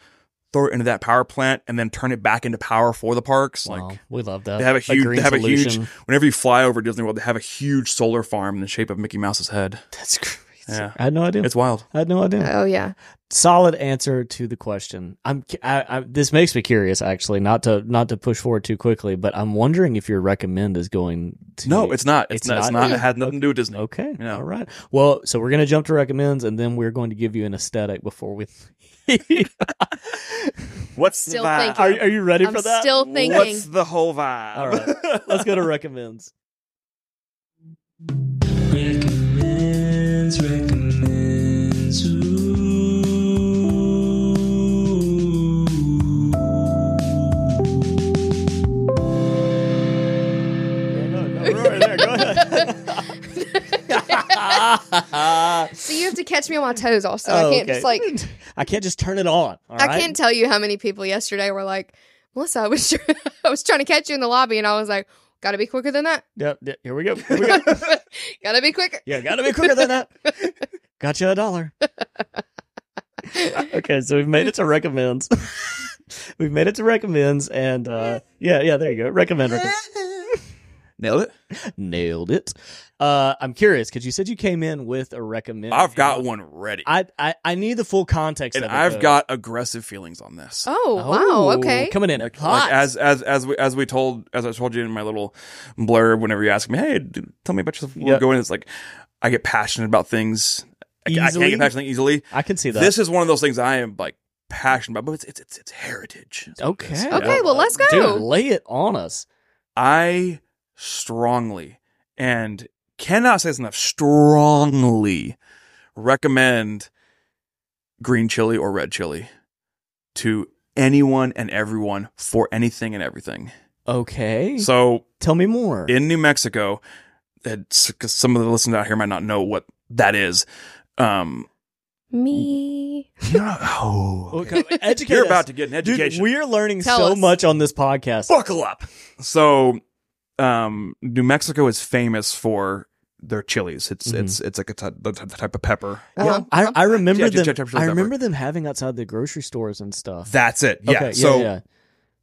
throw it into that power plant, and then turn it back into power for the parks.
Wow,
Like
we love that.
they have a huge-
green
they have a huge-
solution.
whenever you fly over Disney World, they have a huge solar farm in the shape of Mickey Mouse's head.
That's crazy.
Yeah.
I had no idea.
It's wild.
I had no idea.
oh yeah,
solid answer to the question. I'm cu- I, I, this makes me curious actually, not to not to push forward too quickly, but I'm wondering if your recommend is going to
No, it's not. It's,
It's
not, It's
not?
not. It had nothing to do with Disney.
okay.
Yeah.
All right. Well, so we're going to jump to recommends and then we're going to give you an aesthetic before we
What's
Still the vibe? thinking.
Are are you ready
I'm
for that?
still thinking.
the whole vibe?
All right. Let's go to recommends.
Recommends, recommends,
go ahead.
so you have to catch me on my toes. Also,
Oh,
I can't
okay.
just like.
I can't just turn it on. all
I
right?
can't tell you how many people yesterday were like, Melissa, I was tr- I was trying to catch you in the lobby, and I was like, gotta be quicker than that.
Yep, yep, here we go. Here we go.
gotta be quicker.
Yeah, gotta be quicker than that. Gotcha a dollar. okay, so we've made it to recommends. we've made it to recommends, and uh, yeah, yeah, there you go. Recommend, recommend.
Nailed it.
Nailed it. Uh, I'm curious because you said you came in with a recommend.
I've got one ready,
I I, I need the full context.
and
of it,
I've
though.
got aggressive feelings on this.
Oh,
Oh,
wow. Okay.
coming in
Like,
hot.
like, as as as we as we told as I told you in my little blurb whenever you ask me, hey, dude, tell me about yourself before
Yeah.
we go in. It's like I get passionate about things. I, I can't
Easily?
get passionate easily.
I can see that.
This is one of those things I am like passionate about, but it's it's it's, it's heritage. It's what it is.
okay.
Okay, well, let's go.
Dude, lay it on us.
I strongly and cannot say this enough. Strongly recommend green chili or red chili to anyone and everyone for anything and everything.
Okay.
So
Tell me more.
in New Mexico, it's, 'cause some of the listeners out here might not know what that is. Um,
Me.
you know- oh,
Okay, Educate
you're
us.
about to get an
Dude,
education.
we are learning
Tell
so
us.
much on this podcast.
Buckle up. So, um, New Mexico is famous for their chilies. It's
Mhm.
it's it's like a ty- the ty- the type of pepper.
Uh-huh.
I, I remember
Yeah,
them.
Jeff- Jeff- Jeff
I
Zucker.
remember them having outside the grocery stores and stuff.
That's it. Yeah.
Okay, yeah,
so
yeah.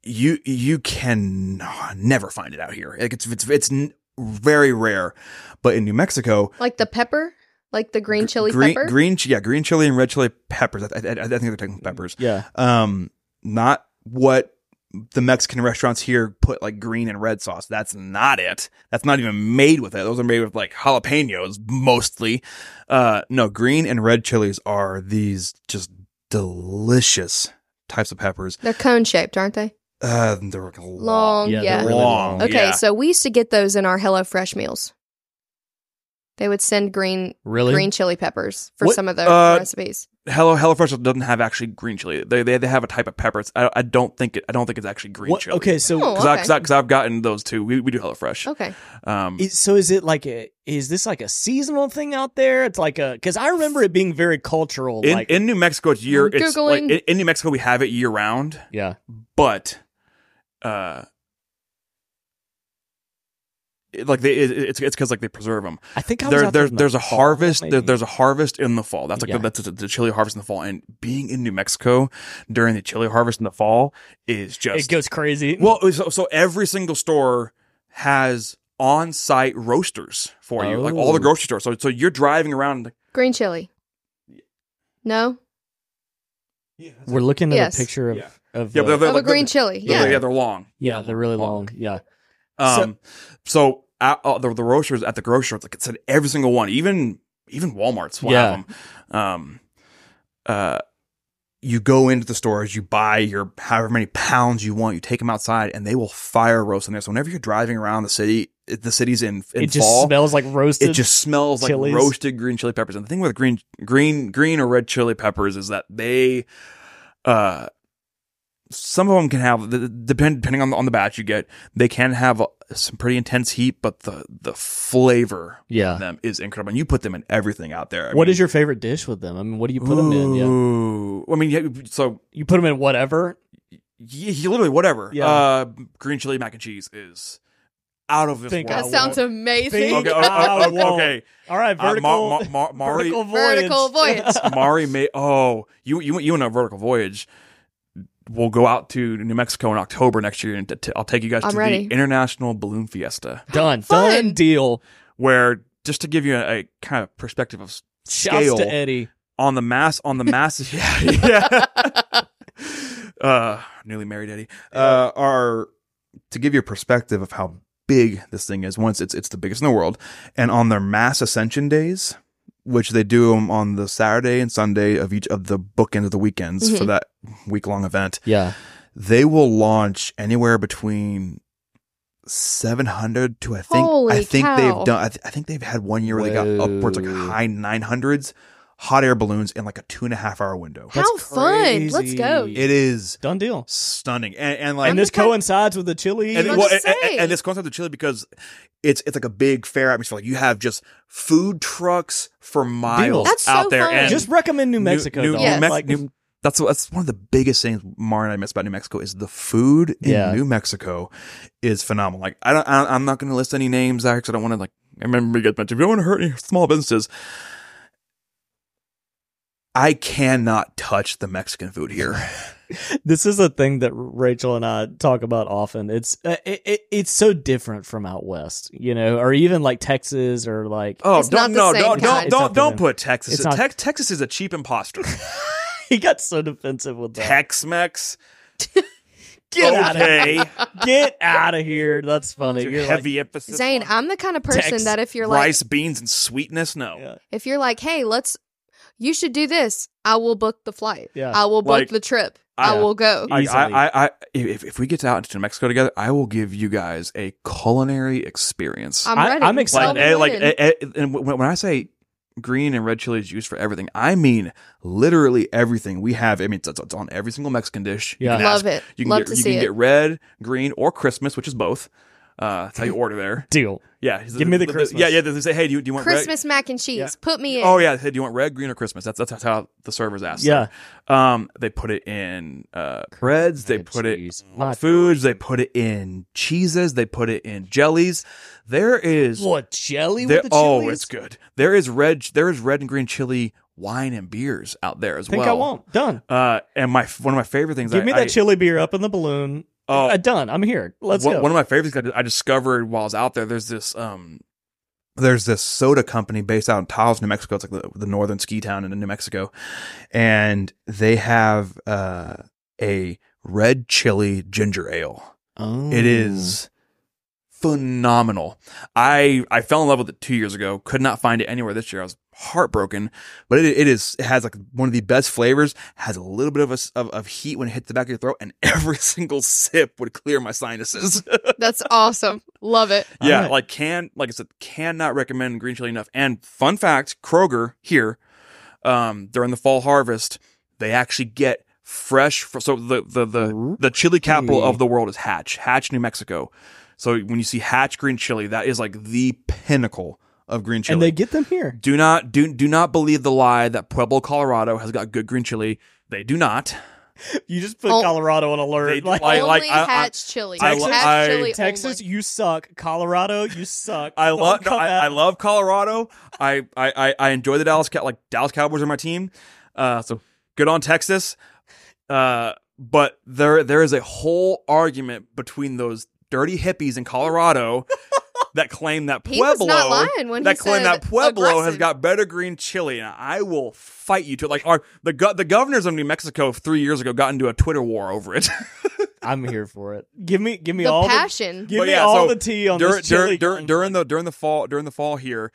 you you can never find it out here. Like it's it's it's n- very rare, but in New Mexico,
Like the pepper? like the green chili
green,
pepper. Mm.
green, yeah, green chili and red chili peppers. I, I, I I think they're taking peppers.
Yeah.
Um, not what the Mexican restaurants here put like green and red sauce. That's not it. That's not even made with it. Those are made with like jalapenos mostly. Uh, no, green and red chilies are these just delicious types of peppers.
They're cone shaped, aren't they?
Uh, they're long.
Long,
Yeah,
Oh, yeah.
they're really
long.
long.
Okay,
Oh, yeah.
so we used to get those in our HelloFresh meals. They would send green
Really?
green chili peppers for
What?
some of the
Uh,
recipes.
Hello, HelloFresh doesn't have actually green chili. They, they they have a type of pepper. It's, I I don't think it. I don't think it's actually green
What-
chili.
okay, so
Oh.
Because
okay. Oh.
I, have gotten those too. We, we do HelloFresh.
Okay,
Um,
is, so is it like a, is this like a seasonal thing out there? It's like a cuz I remember it being very cultural
in,
like
in New Mexico, it's year.
I'm
It's like,
Googling.
in, in New Mexico, we have it year round,
yeah.
but uh, it- like they, it, it's it's because like they preserve them.
I think I was
There,
out there
there's
in the
there's a
fall,
harvest. There,
maybe.
there's a harvest in the fall. That's like
Yeah.
the, that's the, the chili harvest in the fall. And being in New Mexico during the chili harvest in the fall is just
it goes crazy.
Well, so, so every single store has on-site roasters for you, like all the
Oh.
grocery stores. So, so you're driving around.
green chili. No,
We're looking at
Yes.
a picture of
Yeah.
of the-
Yeah, but they're
of a
like-
Oh, green chili.
Yeah,
Yeah,
they're, yeah, they're long.
yeah, they're really long. Yeah.
Um, so, at, uh, the, the roasters at the grocery stores, like it said, every single one, even even Walmart's will
Yeah.
have them. Um, uh, you go into the stores, you buy your however many pounds you want, you take them outside, and they will fire roast in there. So whenever you're driving around the city, it- the city's in, in
It just
fall,
smells like roasted.
it just smells like
chilies.
roasted green chili peppers. And the thing with green green green or red chili peppers is that they uh some of them can have the- the- depend depending on the, on the batch you get, they can have uh some pretty intense heat, but the the flavor
yeah.
of them is incredible. And you put them in everything out there.
What is your favorite dish with them? I mean, what do you put them in? Yeah.
Ooh. I mean, yeah, so
You put them in whatever.
you, literally whatever.
Yeah.
Uh green chili mac and cheese is out of this
Think
world.
that sounds amazing.
Think
okay, uh, okay,
I
okay,
won't.
okay.
All right,
Uh,
vertical,
Ma- Ma- Ma- Mari-
vertical voyage.
Vertical voyage.
Mari may. Oh, you you you and a vertical voyage. We'll go out to New Mexico in October next year, and t- t- I'll take you guys
I'm
to
ready.
the International Balloon Fiesta,
done.
Fun.
Done deal.
where just to give you a, a kind of perspective of s-
Shouts
scale
to Eddie.
on the mass on the mass. yeah, yeah. Uh, newly married Eddie. Uh, are to give you a perspective of how big this thing is. Once it's it's the biggest in the world, and on their mass ascension days, which they do 'em on the Saturday and Sunday of each of the bookends of the weekends for
Mhm.
that week long event,
Yeah.
they will launch anywhere between. 700 to I think I
Holy
think
cow.
they've done I, th- I think they've had one year where they got
Whoa.
upwards like high 900s hot air balloons in like a two and a half hour window
How
That's
fun! Let's
crazy.
go.
it is
Done deal.
stunning and, and like
And
I'm
this
the kind-
coincides with the chili.
and,
I'm
well, and,
just
and-
saying.
and this concept of Chile because it's it's like a big fair atmosphere. Like you have just food trucks for miles
That's so
out there.
fun.
And
just recommend New Mexico.
New,
dog.
Yes.
Mex-
Like,
New- that's that's one of the biggest things Mara and I miss about New Mexico is the food in
Yeah.
New Mexico is phenomenal. Like I don't, I, I'm not going to list any names there because I don't want to like. I remember you guys mentioned we don't want to hurt any small businesses. I cannot touch the Mexican food here.
this is a thing that Rachel and I talk about often. It's uh, it, it, it's so different from out west, you know, or even like Texas or like
Oh,
It's
don't
not the
no,
same
don't
kind.
don't
It's
not
don't,
the
don't
same.
put Texas.
It's not-
Tex- Texas is a cheap imposter.
he got so defensive with that.
Tex-Mex,
Get out of
okay,
Get out of here. That's funny. You're like-
heavy emphasis.
Zane,
on
I'm the kind of person
Text,
that if you're like,
rice, beans, and sweetness. No,
yeah.
if you're like, hey, let's, you should do this. I will book the flight.
Yeah.
I will book
Like,
the trip.
I-
I, will go.
I,
Easily.
I, I, I, if if we get out into New Mexico together, I will give you guys a culinary experience.
I'm
I-
ready.
I'm excited.
Tell
like,
me
eh, like,
when.
eh, eh, and when, when I say green and red chili is used for everything, I mean literally everything we have. I mean, it's, it's on every single Mexican dish. You
Yeah.
can ask
love it.
eh, You can
love
get,
to
you
see
can
it.
get red, green, or Christmas, which is both. Uh, that's how you order there.
Deal.
Yeah,
Give me the Christmas.
Yeah, yeah. They say, hey, do you, do you want
Christmas mac and cheese.
Yeah.
Put me
Red?
in.
Oh yeah, hey, do you want red, green, or Christmas? That's that's how the servers ask.
Yeah.
um, they put it in uh, breads. They put it
Jeez.
in foods. They put it in cheeses. They put it in jellies. There is
What jelly
there-
with the
oh,
chilies?
it's good. There is red. There is red and green chili wine and beers out there as
Think
well.
I won't. Done.
Uh, and my one of my favorite things.
Give
I,
me that
I-
chili beer up in the balloon.
Oh.
Uh, done. I'm here. Let's
one,
go.
one of my favorites I I discovered while I was out there. There's this um, there's this soda company based out in Taos, New Mexico. It's like the, the northern ski town in New Mexico, and they have uh, a red chili ginger ale.
Oh.
It is phenomenal. I I fell in love with it two years ago. Could not find it anywhere this year. I was heartbroken, but it, it is it has like one of the best flavors. Has a little bit of a s- of, of heat when it hits the back of your throat, and every single sip would clear my sinuses.
That's awesome. Love it.
Yeah,
Alright.
like can like I said, cannot recommend green chili enough. And fun fact, Kroger here, um, during the fall harvest, they actually get fresh. Fr- so the the the the chili capital of the world is Hatch, Hatch, New Mexico. So when you see Hatch green chili, that is like the pinnacle of green chili.
And they get them here.
do not do do not believe the lie that Pueblo, Colorado, has got good green chili. They do not.
You just put
Oh.
Colorado on alert.
They-
like,
I-
Only
like- I- I-
hatch chili.
I-
Hatch
I-
chili
Texas,
only.
you suck. Colorado, you suck.
I
Don't
love
come
I,
at-
I love Colorado. I, I I I enjoy the Dallas Cow- like Dallas Cowboys are my team. Uh, so good on Texas. Uh, but there there is a whole argument between those dirty hippies in Colorado that claim that
He was
Pueblo
not lying when he
that claim
said
that Pueblo has
aggressive.
got better green chili, and I will fight you to it. Like our the go- the governors of New Mexico three years ago got into a Twitter war over it.
I'm here for it. Give me, give me
the
all
passion.
the, give
But
me
yeah,
all
so
the tea on
during,
this chili. Oh.
during, during, during the during the fall during the fall here,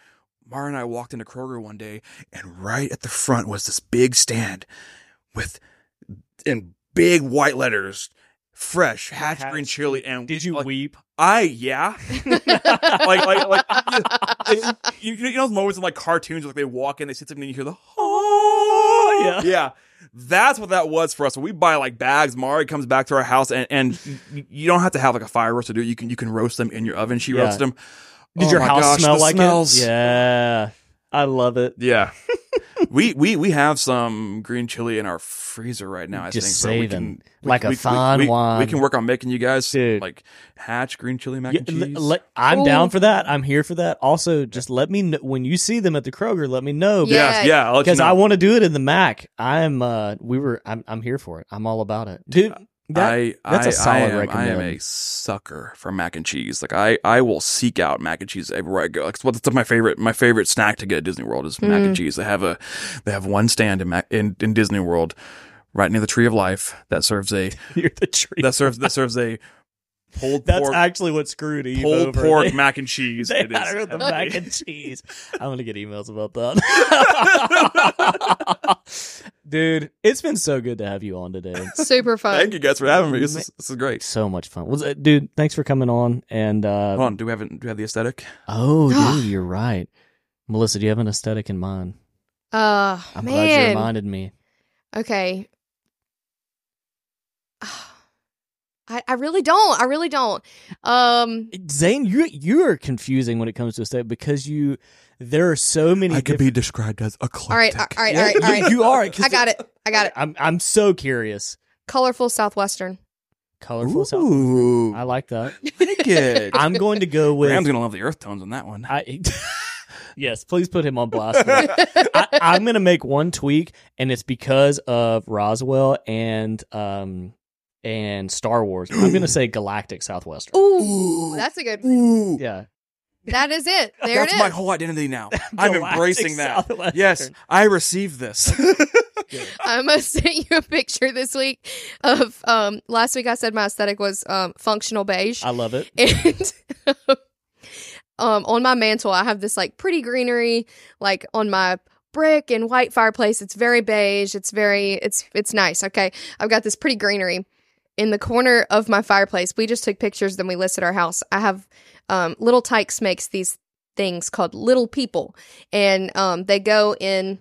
Mara and I walked into Kroger one day, and right at the front was this big stand with in big white letters, fresh hatch,
Hatch
green chili. And
Did you
like,
weep?
I yeah.
like,
like- like- It- you, you know those moments in like cartoons like they walk in, they sit something, and you hear the oh
yeah.
yeah. That's what that was for us. When we buy like bags, Mari comes back to our house, and and y- you don't have to have like a fire roast to do it. You can you can roast them in your oven. She
Yeah.
roasts them.
Did
Oh
your
my
house
gosh,
smell
the
like
smells.
it? Yeah, I love it.
Yeah. we we we have some green chili in our freezer right now. I
Just
think so we
saving,
can-
like a fine
we,
wine.
We can work on making you guys
Dude.
like hatch green chili mac
Yeah,
and
l-
cheese.
let- I'm
Ooh.
down for that. I'm here for that. Also, just let me know when you see them at the Kroger. Let me know
Yeah.
yeah, yeah. I'll let you
because
know.
I want to do it in the Mac. I'm. Uh, we were. I'm. I'm here for it. I'm all about it, dude. That,
I,
that's a
I-
solid
I am, I am
recommend.
a sucker for mac and cheese. Like I, I will seek out mac and cheese everywhere I go. Like, it's what- it's my favorite, my favorite snack to get at Disney World is mac
Hmm.
and cheese. They have a, they have one stand in mac, in, in Disney World, right near the Tree of Life that serves a
you're the tree.
that serves that serves a pulled
That's
pork
actually what screwed Eve
pulled
over.
pork
They-
mac and cheese.
They
It is
had her with the
heavy.
mac and cheese. I'm gonna get emails about that, dude. It's been so good to have you on today.
Super fun.
Thank you guys for having me. This is, this is great.
So much fun, Was it- dude. Thanks for coming on. And
Hold
uh,
on, do we have do we have the aesthetic?
oh,
Ah.
dude, you're right, Melissa. Do you have an aesthetic in mind?
Uh,
I'm glad you
man.
reminded me.
Okay. I, I really don't. I really don't. Um,
Zane, you you are confusing when it comes to aesthetic because you there are so many. different-
described as eclectic.
all right, all right, all right, all
You-
right.
You are. 'cause
I got it. I got it.
I'm I'm so curious.
Colorful Southwestern.
Colorful. South-
Ooh,
I like that.
like it.
I'm going to go with.
Graham's gonna love the earth tones on that one.
I, yes, please put him on blast. for that. I, I'm going to make one tweak, and it's because of Roswell and um and Star Wars. I'm going to say Galactic Southwestern.
Ooh, that's a good.
Ooh,
Yeah,
That is it. There
that's
it is.
my whole identity now. I'm
Galactic
embracing that.
Southwestern.
Yes, I received this.
I must send you a picture this week of um. Last week I said my aesthetic was um functional beige.
I love it.
and um, on my mantle i have this like pretty greenery like on my brick and white fireplace it's very beige it's very it's it's nice okay i've got this pretty greenery in the corner of my fireplace we just took pictures then we listed our house i have um, little tykes makes these things called little people and um, they go in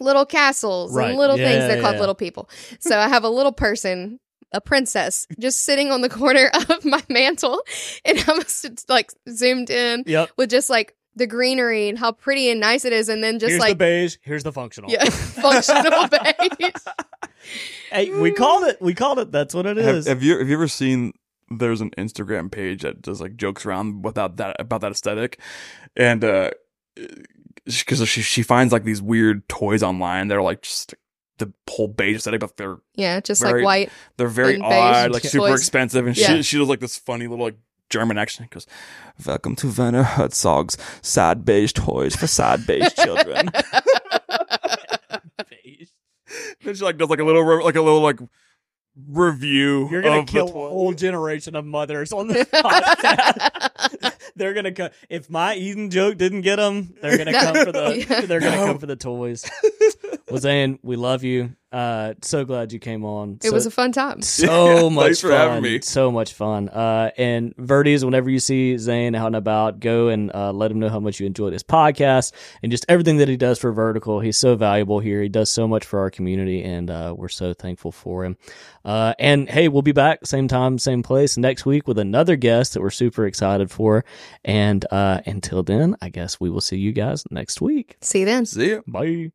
little castles
Right.
and little
Yeah,
things they're called
yeah.
little people so i have a little person a princess just sitting on the corner of my mantle and i'm just, like zoomed in
Yep.
with just like the greenery and how pretty and nice it is and then just
here's the
like
beige. Here's the functional.
yeah functional beige
Hey, we called it. We called it. That's what it
Have,
is.
have you have you ever seen? There's an Instagram page that does like jokes around without that about that aesthetic, and uh, because she she finds like these weird toys online that are like just the whole beige aesthetic, but they're
yeah just
Very-
like white
they're very
And beige
odd, like super
toys.
expensive, and
Yeah.
she she does like this funny little like
German accent. He goes,
Welcome to Werner Herzog's Sad Beige Toys for Sad Beige Children.
and she like does like a little re- like a little like review.
You're gonna
of the
kill a
toy.
whole generation of mothers on this podcast. they're gonna co- if my Eden joke didn't get them, they're gonna
No.
come for the
Yeah.
they're gonna come for the toys. well, Zane, we love you. Uh, so glad you came on.
It
So-
was a fun time.
so
Yeah,
much
thanks for
fun.
having me.
So much fun. Uh, and Verdes, whenever you see Zane out and about, go and uh, let him know how much you enjoyed his podcast and just everything that he does for Vertical. He's so valuable here. He does so much for our community, and uh, we're so thankful for him. Uh, and hey, we'll be back same time, same place next week with another guest that we're super excited for. And uh, until then, I guess we will see you guys next week.
See you then.
See ya.
Bye.